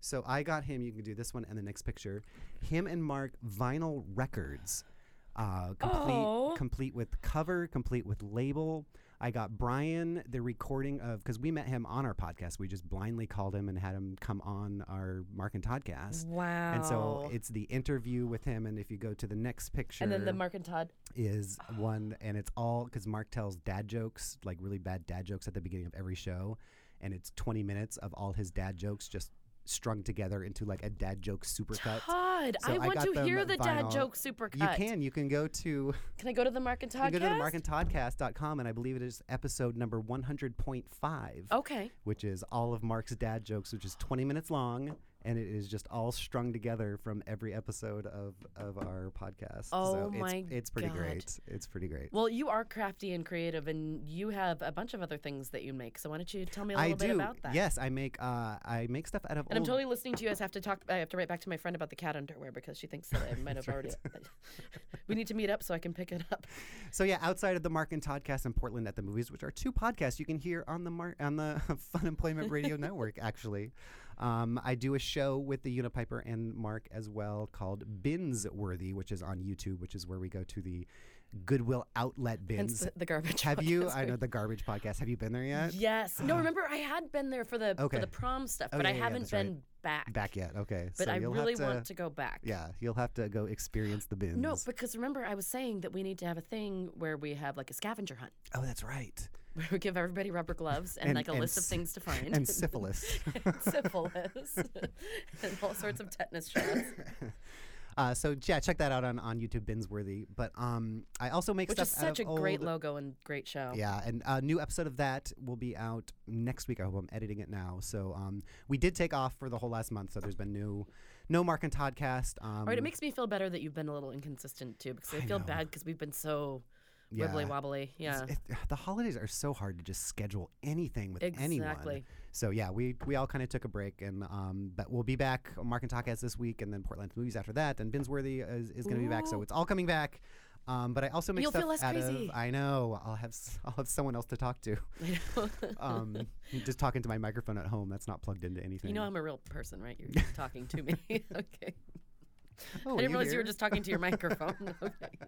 Speaker 6: so I got him. You can do this one and the next picture. Him and Mark vinyl records, uh, complete
Speaker 5: Oh.
Speaker 6: complete with cover, complete with label. I got Brian the recording of because we met him on our podcast. We just blindly called him and had him come on our Mark and Toddcast.
Speaker 5: Wow.
Speaker 6: And so it's the interview with him. And if you go to the next
Speaker 5: Oh.
Speaker 6: picture,
Speaker 5: And then the Mark and Todd. (sighs)
Speaker 6: is one, and it's all because Mark tells dad jokes, like really bad dad jokes at the beginning of every show. And it's 20 minutes of all his dad jokes just strung together into like a dad joke supercut.
Speaker 5: Todd,
Speaker 6: So
Speaker 5: I want
Speaker 6: got
Speaker 5: to
Speaker 6: them
Speaker 5: hear the dad
Speaker 6: vinyl.
Speaker 5: joke supercut.
Speaker 6: You can. You can go to (laughs)
Speaker 5: Can I go to the Mark and
Speaker 6: you can
Speaker 5: Todd?
Speaker 6: go to the
Speaker 5: cast?
Speaker 6: markandtoddcast.com, and I believe it is episode number 100.5,
Speaker 5: Okay.
Speaker 6: which is all of Mark's dad jokes, which is 20 minutes long. and it is just all strung together from every episode of of our podcast.
Speaker 5: Oh
Speaker 6: so it's,
Speaker 5: my
Speaker 6: it's pretty
Speaker 5: God.
Speaker 6: great. It's pretty great.
Speaker 5: Well, you are crafty and creative, and you have a bunch of other things that you make. So why don't you tell me a
Speaker 6: I
Speaker 5: little
Speaker 6: do.
Speaker 5: bit about that?
Speaker 6: Yes, I make uh, I make stuff out of
Speaker 5: And I'm
Speaker 6: old
Speaker 5: totally listening to you. guys. have to talk. I have to write back to my friend about the cat underwear because she thinks that I might have already. (laughs) we need to meet up so I can pick it up.
Speaker 6: So yeah, outside of the Mark and Toddcast in Portland at the movies, which are two podcasts you can hear on the Mar- on the (laughs) Fun
Speaker 5: (laughs)
Speaker 6: Employment Radio Network. Actually, um, I do a show with the Unipiper and Mark as well called Bins Worthy, which is on YouTube, which is where we go to the Goodwill outlet
Speaker 5: Hence
Speaker 6: bins.
Speaker 5: the, the garbage.
Speaker 6: (laughs) Have you?
Speaker 5: podcast
Speaker 6: I know
Speaker 5: group.
Speaker 6: the garbage podcast. Have you been there yet?
Speaker 5: Yes.
Speaker 6: (gasps)
Speaker 5: No. Remember, I had been there for the for
Speaker 6: Okay.
Speaker 5: the prom stuff,
Speaker 6: Oh,
Speaker 5: but I
Speaker 6: yeah, yeah,
Speaker 5: haven't
Speaker 6: that's right.
Speaker 5: been back.
Speaker 6: Back yet? Okay.
Speaker 5: But
Speaker 6: so
Speaker 5: I
Speaker 6: you'll
Speaker 5: really
Speaker 6: have to,
Speaker 5: want to go back.
Speaker 6: Yeah, you'll have to go experience the bins.
Speaker 5: No, because remember, I was saying that we need to have a thing where we have like a scavenger hunt, (laughs)
Speaker 6: oh, that's right.
Speaker 5: where we give everybody rubber gloves and,
Speaker 6: And-
Speaker 5: like a
Speaker 6: and
Speaker 5: list of
Speaker 6: s-
Speaker 5: things to find.
Speaker 6: (laughs) And syphilis.
Speaker 5: (laughs)
Speaker 6: (laughs)
Speaker 5: And syphilis (laughs) and all sorts of tetanus shots,
Speaker 6: Uh, so yeah, check that out on, on YouTube, Binsworthy. But um, I also make
Speaker 5: which
Speaker 6: stuff
Speaker 5: is
Speaker 6: out
Speaker 5: such a
Speaker 6: of old,
Speaker 5: great logo and great show.
Speaker 6: Yeah, and a new episode of that will be out next week. I hope I'm editing it now. So um, we did take off for the whole last month, so there's been no no Mark and Toddcast. Um,
Speaker 5: All right, it makes me feel better that you've been a little inconsistent too, because I,
Speaker 6: I
Speaker 5: feel
Speaker 6: know.
Speaker 5: bad because we've been so wibbly wobbly. Yeah,
Speaker 6: It's- it- the holidays are so hard to just schedule anything with anyone.
Speaker 5: Exactly.
Speaker 6: So yeah, we we all kind of took a break, and um, but we'll be back on Mark and Talkcast this week, and then Portland movies after that, and Binsworthy is, is going to be back. So
Speaker 5: Ooh.
Speaker 6: it's all coming back. Um, but I also make
Speaker 5: You'll feel
Speaker 6: stuff
Speaker 5: less
Speaker 6: out
Speaker 5: crazy.
Speaker 6: of. I know. I'll have s- I'll have someone else to
Speaker 5: (laughs)
Speaker 6: talk to.
Speaker 5: I know.
Speaker 6: (laughs) Um, just talking to my microphone at home. That's not plugged into anything.
Speaker 5: you know I'm a real person, right? You're just talking to
Speaker 6: (laughs)
Speaker 5: me. (laughs) okay. I
Speaker 6: oh, are
Speaker 5: didn't realize you
Speaker 6: here?
Speaker 5: were just talking to your
Speaker 6: (laughs)
Speaker 5: microphone. okay.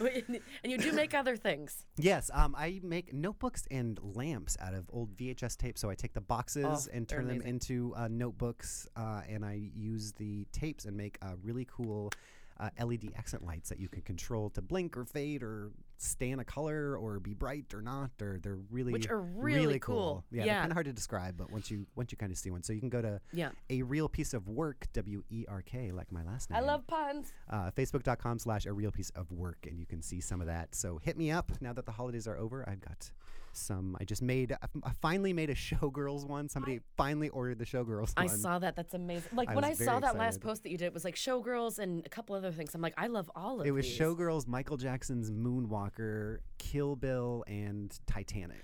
Speaker 5: Wait, and- And you do make other things.
Speaker 6: Yes, um, I make notebooks and lamps out of old VHS tapes. So I take the boxes
Speaker 5: Oh,
Speaker 6: and
Speaker 5: they're
Speaker 6: turn them
Speaker 5: amazing.
Speaker 6: into uh, notebooks, uh, and I use the tapes and make uh, really cool uh, LED accent lights that you can control to blink or fade or stay in a color or be bright or not. Or they're really
Speaker 5: Which are really
Speaker 6: cool.
Speaker 5: cool.
Speaker 6: Yeah,
Speaker 5: Yeah.
Speaker 6: they're kind of hard to describe, but once you once you kind of see one, so you can go to
Speaker 5: Yeah.
Speaker 6: a real piece of work, W E R K, like my last name
Speaker 5: I love puns.
Speaker 6: uh, facebook.com slash a real piece of work and you can see some of that so hit me up now that the holidays are over i've got some i just made i f- I finally made a (laughs) showgirls one somebody finally ordered the showgirls
Speaker 5: I
Speaker 6: one
Speaker 5: saw that. That's amazing. Like
Speaker 6: I
Speaker 5: when I
Speaker 6: was
Speaker 5: saw
Speaker 6: very
Speaker 5: that last
Speaker 6: excited.
Speaker 5: post that you did, it was like showgirls and a couple other things. I'm like, I love all of
Speaker 6: it was
Speaker 5: these.
Speaker 6: showgirls michael jackson's moonwalker kill bill and titanic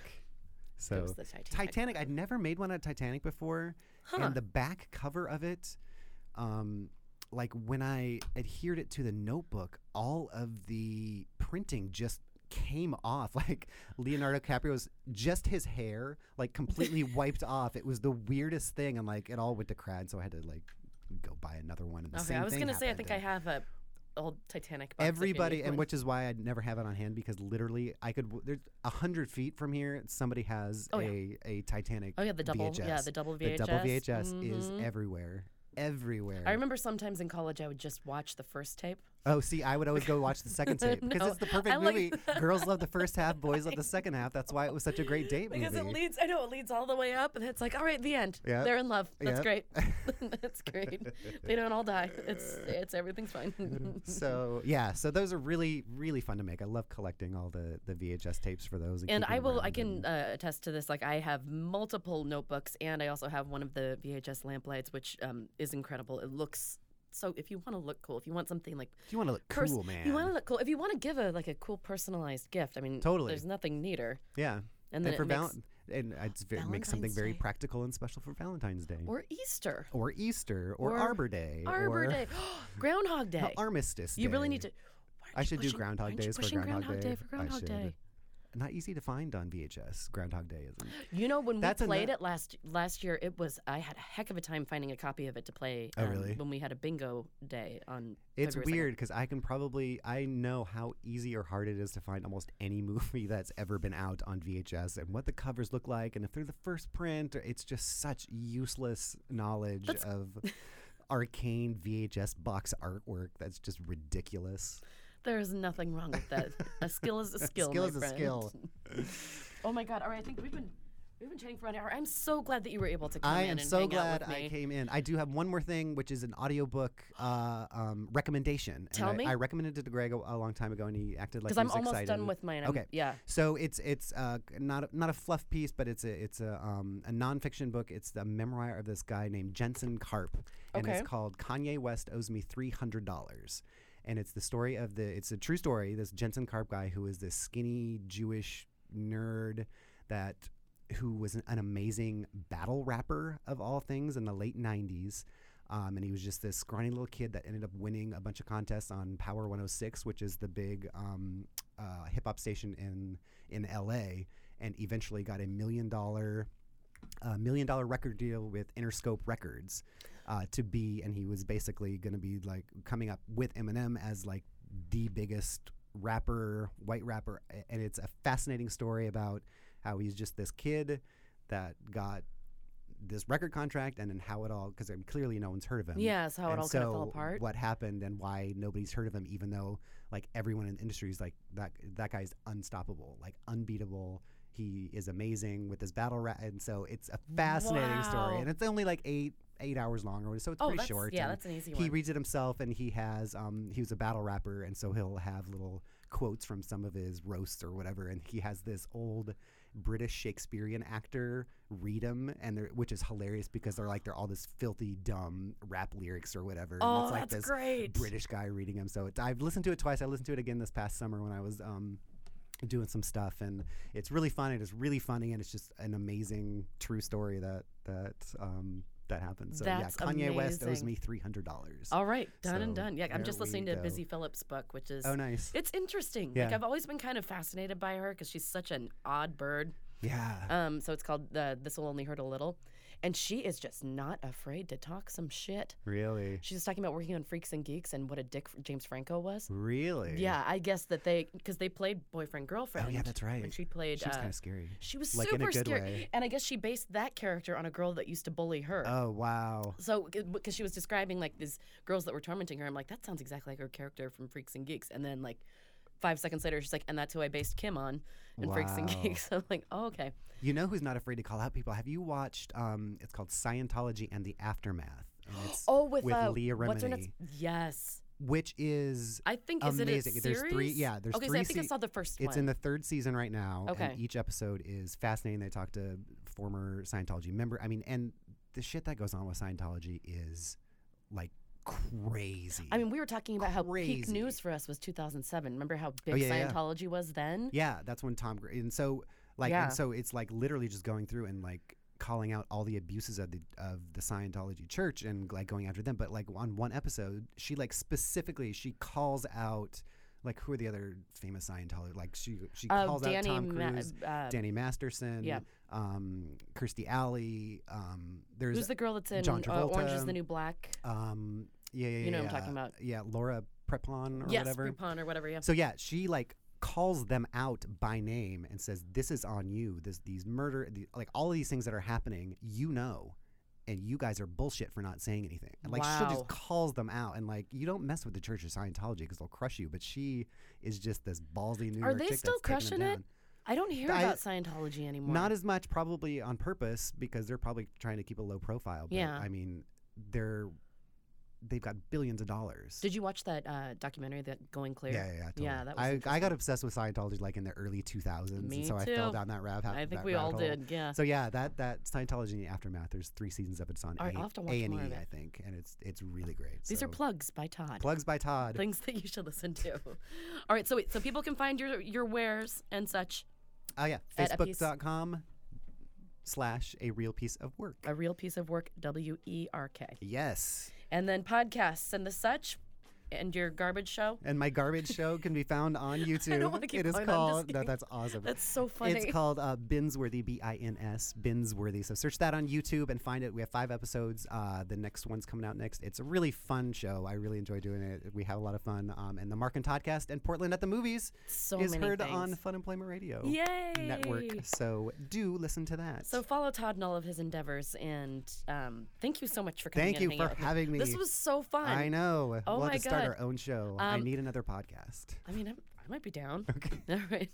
Speaker 6: so
Speaker 5: It was the Titanic.
Speaker 6: Titanic. I'd never made one on Titanic before,
Speaker 5: Huh.
Speaker 6: and the back cover of it, um, like when I adhered it to the notebook, all of the printing just came off. (laughs) Like Leonardo DiCaprio's just his hair, like
Speaker 5: (laughs)
Speaker 6: completely wiped off. It was the weirdest thing, and like it all went to crap. So I had to like go buy another one. And the
Speaker 5: Okay,
Speaker 6: same
Speaker 5: I was
Speaker 6: thing
Speaker 5: gonna say I
Speaker 6: happened,
Speaker 5: think I
Speaker 6: and-
Speaker 5: have a old Titanic. Box if you
Speaker 6: everybody
Speaker 5: need
Speaker 6: and
Speaker 5: one.
Speaker 6: which is why i never have it on hand because literally i could w- there's a hundred feet from here somebody has
Speaker 5: Oh,
Speaker 6: a
Speaker 5: yeah.
Speaker 6: a titanic
Speaker 5: Oh yeah, the double. Yeah,
Speaker 6: VHS.
Speaker 5: the double
Speaker 6: the
Speaker 5: VHS.
Speaker 6: double vhs is
Speaker 5: Mhm.
Speaker 6: everywhere everywhere
Speaker 5: I remember sometimes in college I would just watch the first tape.
Speaker 6: oh see i would always go watch the
Speaker 5: (laughs)
Speaker 6: second tape because
Speaker 5: No,
Speaker 6: it's the
Speaker 5: I
Speaker 6: perfect
Speaker 5: like (laughs)
Speaker 6: movie
Speaker 5: that.
Speaker 6: girls love the first half boys
Speaker 5: (laughs)
Speaker 6: love the second half that's why it was such a great date
Speaker 5: Because
Speaker 6: movie
Speaker 5: it leads, I know it leads all the way up, and it's like, all right, the end.
Speaker 6: Yep.
Speaker 5: They're in love. That's
Speaker 6: Yep.
Speaker 5: great. (laughs)
Speaker 6: (laughs)
Speaker 5: That's great. They don't all die. It's it's everything's
Speaker 6: (laughs)
Speaker 5: fine.
Speaker 6: so yeah so those are really really fun to make i love collecting all the the vhs tapes for those and,
Speaker 5: and
Speaker 6: keeping
Speaker 5: I will, I
Speaker 6: around and-
Speaker 5: can uh, attest to this. Like I have multiple notebooks, and I also have one of the VHS lamplights, which um, is incredible. It looks so. If you want to look cool, if you want something like
Speaker 6: you want to look
Speaker 5: pers-
Speaker 6: cool man
Speaker 5: you want to look cool. If you want to give a like a cool personalized gift, I mean,
Speaker 6: Totally.
Speaker 5: There's nothing neater.
Speaker 6: yeah
Speaker 5: And
Speaker 6: and,
Speaker 5: then it
Speaker 6: for
Speaker 5: makes-
Speaker 6: Valen- and it's ve- make something
Speaker 5: Valentine's
Speaker 6: very
Speaker 5: Day.
Speaker 6: practical and special for Valentine's Day,
Speaker 5: or Easter,
Speaker 6: Or Easter, or,
Speaker 5: or
Speaker 6: Arbor Day,
Speaker 5: Arbor
Speaker 6: or (laughs)
Speaker 5: Day, (gasps) Groundhog
Speaker 6: No,
Speaker 5: Day.
Speaker 6: Armistice.
Speaker 5: You really need
Speaker 6: Day.
Speaker 5: to. why aren't
Speaker 6: I
Speaker 5: you
Speaker 6: should do
Speaker 5: pushing- why
Speaker 6: Groundhog
Speaker 5: aren't you
Speaker 6: Days for
Speaker 5: pushing
Speaker 6: Groundhog
Speaker 5: Groundhog
Speaker 6: Day.
Speaker 5: for
Speaker 6: I
Speaker 5: Groundhog
Speaker 6: should.
Speaker 5: Day.
Speaker 6: Not easy to find on VHS. Groundhog Day
Speaker 5: (gasps)
Speaker 6: isn't.
Speaker 5: You know when
Speaker 6: That's
Speaker 5: we
Speaker 6: ano-
Speaker 5: played it last last year, it was I had a heck of a time finding a copy of it to play. um,
Speaker 6: Oh, really?
Speaker 5: When we had a bingo day on.
Speaker 6: It's
Speaker 5: February 2nd.
Speaker 6: weird because I can probably I know how easy or hard it is to find almost any (laughs) movie that's ever been out on VHS and what the covers look like and if they're the first print. Or, it's just such useless knowledge
Speaker 5: That's-
Speaker 6: of
Speaker 5: (laughs)
Speaker 6: arcane VHS box artwork that's just ridiculous.
Speaker 5: There is nothing wrong
Speaker 6: (laughs)
Speaker 5: with that. a skill is a skill.
Speaker 6: skill
Speaker 5: my
Speaker 6: is a
Speaker 5: friend.
Speaker 6: skill.
Speaker 5: oh my god! All right, I think we've been. we've We've been chatting for an hour. I'm so glad that you were able to come
Speaker 6: I
Speaker 5: in
Speaker 6: am
Speaker 5: and
Speaker 6: so
Speaker 5: hang
Speaker 6: glad
Speaker 5: out with me.
Speaker 6: I came in. I do have one more thing, which is an audiobook uh, um, recommendation. And
Speaker 5: Tell
Speaker 6: I,
Speaker 5: me.
Speaker 6: I recommended it to Greg a, a long time ago, and he acted like
Speaker 5: Because
Speaker 6: he
Speaker 5: I'm
Speaker 6: was
Speaker 5: almost
Speaker 6: excited.
Speaker 5: done with mine. I'm,
Speaker 6: Okay.
Speaker 5: Yeah.
Speaker 6: So it's it's uh, c- not a, not a fluff piece, but it's a it's a um, a nonfiction book. It's the memoir of this guy named Jensen Karp, and
Speaker 5: Okay.
Speaker 6: it's called Kanye West owes me three hundred dollars. And it's the story of the it's a true story. This Jensen Karp guy who is this skinny Jewish nerd that who was an, an amazing battle rapper of all things in the late '90s. Um, and he was just this scrawny little kid that ended up winning a bunch of contests on Power 106, which is the big um, uh, hip hop station in in LA, and eventually got a million dollar a million dollar record deal with Interscope Records uh, to be, and he was basically going to be like coming up with Eminem as like the biggest rapper, white rapper, a- and it's a fascinating story about how he's just this kid that got this record contract and then how it all because clearly no one's heard of him
Speaker 5: Yeah. So how it
Speaker 6: Um, and
Speaker 5: all
Speaker 6: so
Speaker 5: kind of fell apart.
Speaker 6: What happened and why nobody's heard of him, even though like everyone in the industry is like that that guy's unstoppable, like unbeatable. He is amazing with his battle rap, and so it's a fascinating story.
Speaker 5: Wow.
Speaker 6: And it's only like eight eight hours long, or what- so it's
Speaker 5: oh,
Speaker 6: pretty
Speaker 5: that's,
Speaker 6: short.
Speaker 5: yeah.
Speaker 6: and
Speaker 5: That's an easy
Speaker 6: he
Speaker 5: one.
Speaker 6: reads it himself, and he has um he was a battle rapper, and so he'll have little quotes from some of his roasts or whatever, and he has this old. British Shakespearean actor read him, and they're, which is hilarious because they're like they're all this filthy dumb rap lyrics or whatever. and
Speaker 5: oh,
Speaker 6: it's like
Speaker 5: that's
Speaker 6: this
Speaker 5: great.
Speaker 6: British guy reading them. So it, I've listened to it twice. I listened to it again this past summer when I was um, doing some stuff, and it's really fun. It is really funny, and it's just an amazing true story that that um, that happened. So
Speaker 5: That's
Speaker 6: yeah, Kanye West owes
Speaker 5: amazing. Oh,
Speaker 6: me three hundred dollars.
Speaker 5: All right. Done and
Speaker 6: So
Speaker 5: done. Yeah. I'm
Speaker 6: there
Speaker 5: just
Speaker 6: we
Speaker 5: listening to
Speaker 6: go.
Speaker 5: Busy Phillips' book, which is.
Speaker 6: Oh, nice.
Speaker 5: It's interesting. Like
Speaker 6: Yeah.
Speaker 5: I've always been kind of fascinated by her because she's such an odd bird.
Speaker 6: yeah.
Speaker 5: Um, so it's called the "This Will Only Hurt a Little," and she is just not afraid to talk some shit.
Speaker 6: really.
Speaker 5: She's just talking about working on Freaks and Geeks and what a dick James Franco was.
Speaker 6: Really.
Speaker 5: Yeah, I guess that they because they played boyfriend girlfriend.
Speaker 6: Oh yeah, that's right.
Speaker 5: When she played,
Speaker 6: she was
Speaker 5: uh,
Speaker 6: kind of scary.
Speaker 5: she was
Speaker 6: like, in a
Speaker 5: super
Speaker 6: good
Speaker 5: scary,
Speaker 6: way.
Speaker 5: and I guess she based that character on a girl that used to bully her.
Speaker 6: Oh wow.
Speaker 5: So, because she was describing like these girls that were tormenting her, I'm like, that sounds exactly like her character from Freaks and Geeks. And then like five seconds later, she's like, and that's who I based Kim on in Freaks and
Speaker 6: Wow.
Speaker 5: Geeks. (laughs) I'm like, oh okay.
Speaker 6: You know who's not afraid to call out people? Have you watched? Um, it's called Scientology and the Aftermath. And it's
Speaker 5: (gasps) Oh, with,
Speaker 6: with
Speaker 5: uh,
Speaker 6: Leah
Speaker 5: what's her
Speaker 6: Remini,
Speaker 5: name? Yes,
Speaker 6: which is
Speaker 5: I think is
Speaker 6: amazing.
Speaker 5: it a
Speaker 6: There's
Speaker 5: series?
Speaker 6: three. Yeah, there's
Speaker 5: okay,
Speaker 6: three.
Speaker 5: so I think I
Speaker 6: se-
Speaker 5: saw the first
Speaker 6: it's
Speaker 5: one.
Speaker 6: in the third season right now.
Speaker 5: Okay.
Speaker 6: And each episode is fascinating. They talk to former Scientology member. I mean, and the shit that goes on with Scientology is like crazy.
Speaker 5: I mean, we were talking about how peak
Speaker 6: Crazy. Oh,
Speaker 5: news for us was 2007. Remember how big
Speaker 6: yeah, yeah.
Speaker 5: Scientology was then?
Speaker 6: yeah, that's when Tom. Gr- And so, like,
Speaker 5: Yeah.
Speaker 6: and so it's like literally just going through and like calling out all the abuses of the of the Scientology church and like going after them. But like on one episode, she like specifically she calls out. Like who are the other famous Scientology? Like she she
Speaker 5: Uh,
Speaker 6: calls
Speaker 5: Danny
Speaker 6: out Tom
Speaker 5: Ma-
Speaker 6: Cruise.
Speaker 5: uh,
Speaker 6: Danny Masterson,
Speaker 5: yeah.
Speaker 6: um, Kirstie Alley. Um, there's
Speaker 5: who's the girl that's in
Speaker 6: John
Speaker 5: uh, Orange is
Speaker 6: Travolta.
Speaker 5: the New Black?
Speaker 6: um, yeah, yeah,
Speaker 5: You know
Speaker 6: yeah,
Speaker 5: who I'm talking about.
Speaker 6: Yeah, Laura Prepon or
Speaker 5: yes,
Speaker 6: whatever.
Speaker 5: Groupon or whatever. Yeah.
Speaker 6: So yeah, she like calls them out by name and says, "This is on you. This these murder, the, like all of these things that are happening. You know." And you guys are bullshit for not saying anything. And, like she
Speaker 5: Wow.
Speaker 6: just calls them out, and like you don't mess with the Church of Scientology because they'll crush you. But she is just this ballsy New
Speaker 5: Are
Speaker 6: York
Speaker 5: they
Speaker 6: chick
Speaker 5: still
Speaker 6: that's taking them
Speaker 5: crushing it?
Speaker 6: down.
Speaker 5: I don't hear
Speaker 6: I-
Speaker 5: about Scientology anymore.
Speaker 6: Not as much, probably on purpose, because they're probably trying to keep a low profile. But,
Speaker 5: Yeah.
Speaker 6: I mean, they're they've got billions of dollars.
Speaker 5: Did you watch that uh, documentary that Going Clear?
Speaker 6: yeah, yeah, yeah. Totally.
Speaker 5: that was
Speaker 6: I, I got
Speaker 5: interesting.
Speaker 6: obsessed with Scientology like in the early 2000s,
Speaker 5: Me
Speaker 6: and so I fell
Speaker 5: too.
Speaker 6: down that rabbit.
Speaker 5: I think
Speaker 6: that
Speaker 5: we all
Speaker 6: rabbit hole.
Speaker 5: did. Yeah.
Speaker 6: So yeah, that that Scientology and the aftermath. There's three seasons of it. It's on
Speaker 5: All
Speaker 6: A
Speaker 5: right, I'll have to watch
Speaker 6: A&E,
Speaker 5: more of it.
Speaker 6: I think, and it's it's really great.
Speaker 5: These are
Speaker 6: So,
Speaker 5: plugs by Todd.
Speaker 6: plugs by Todd.
Speaker 5: Things that you should listen to. All right, so wait, so people can find your your wares and such.
Speaker 6: Oh yeah,
Speaker 5: At a piece-
Speaker 6: Facebook.com slash a real piece of work.
Speaker 5: A real piece of work, W E R K.
Speaker 6: Yes.
Speaker 5: And then podcasts and the such, and your garbage show.
Speaker 6: And my garbage show can be
Speaker 5: (laughs)
Speaker 6: found on YouTube.
Speaker 5: wanna keep
Speaker 6: it is
Speaker 5: going, I'm just
Speaker 6: called no,
Speaker 5: kidding.
Speaker 6: that's awesome.
Speaker 5: That's so funny.
Speaker 6: It's called uh, Binsworthy, B-I-N-S, Binsworthy. So search that on YouTube and find it. We have five episodes. Uh, the next one's coming out next. It's a really fun show. I really enjoy doing it. We have a lot of fun. Um, and the Mark and Toddcast and Portland at the Movies
Speaker 5: (laughs) so
Speaker 6: is
Speaker 5: many
Speaker 6: heard
Speaker 5: things.
Speaker 6: on Fun Employment Radio
Speaker 5: Yay!
Speaker 6: Network. So do listen to that.
Speaker 5: So follow Todd in all of his endeavors, and um, thank you so much for coming.
Speaker 6: thank
Speaker 5: in
Speaker 6: you
Speaker 5: and
Speaker 6: for
Speaker 5: hanging out with
Speaker 6: having me.
Speaker 5: This was so fun.
Speaker 6: I know.
Speaker 5: Oh
Speaker 6: we'll
Speaker 5: my
Speaker 6: have to start
Speaker 5: God.
Speaker 6: our own show. I
Speaker 5: Um,
Speaker 6: need another podcast. (laughs)
Speaker 5: I mean, I'm, I might be down. Okay. (laughs) All right.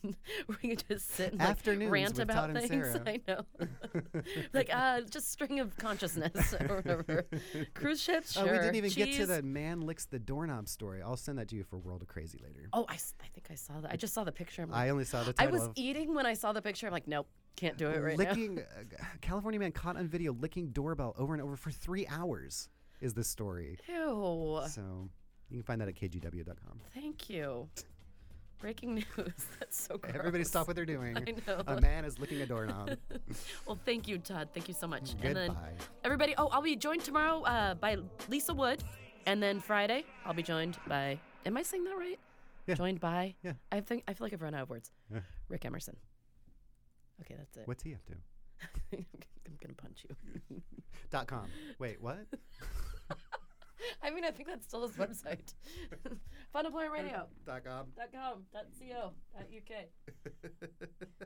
Speaker 5: we can just sit and like,
Speaker 6: Afternoons
Speaker 5: rant
Speaker 6: with
Speaker 5: about
Speaker 6: Todd and
Speaker 5: things.
Speaker 6: Sarah.
Speaker 5: (laughs) I know.
Speaker 6: (laughs)
Speaker 5: like uh, just string of consciousness (laughs) or whatever. Cruise ships. Sure.
Speaker 6: Oh, we didn't even get to
Speaker 5: Cheese.
Speaker 6: the man licks the doorknob story. I'll send that to you for World of Crazy later.
Speaker 5: Oh, I, s- I think I saw that. I just saw the picture. I'm like,
Speaker 6: I only saw the
Speaker 5: Oh. I
Speaker 6: title.
Speaker 5: was
Speaker 6: of
Speaker 5: eating when I saw the picture. I'm like, nope, can't do it right now.
Speaker 6: licking uh, g- California man caught on video licking doorbell over and over for three hours is the story.
Speaker 5: (laughs) Ew.
Speaker 6: So you can find that at kgw.com.
Speaker 5: Thank you. Breaking (laughs) news. That's so gross. (laughs)
Speaker 6: Everybody stop what they're doing.
Speaker 5: I know.
Speaker 6: A man is licking
Speaker 5: (laughs)
Speaker 6: a doorknob.
Speaker 5: Well, thank you, Todd. Thank you so much. And then
Speaker 6: Goodbye.
Speaker 5: everybody, oh, I'll be joined tomorrow uh, by Lisa Wood. And then Friday, I'll be joined by, am I saying that right?
Speaker 6: Yeah.
Speaker 5: Joined by,
Speaker 6: Yeah.
Speaker 5: I, think, I feel like I've run out of words. Rick Emerson. Okay, that's it.
Speaker 6: What's he up to?
Speaker 5: (laughs) I'm going to punch you. (laughs)
Speaker 6: Dot com. Wait, what?
Speaker 5: I mean, I think that's still his website. (laughs) Funemployerradio.com.co.uk.
Speaker 6: Dot com.
Speaker 5: dot co dot uk.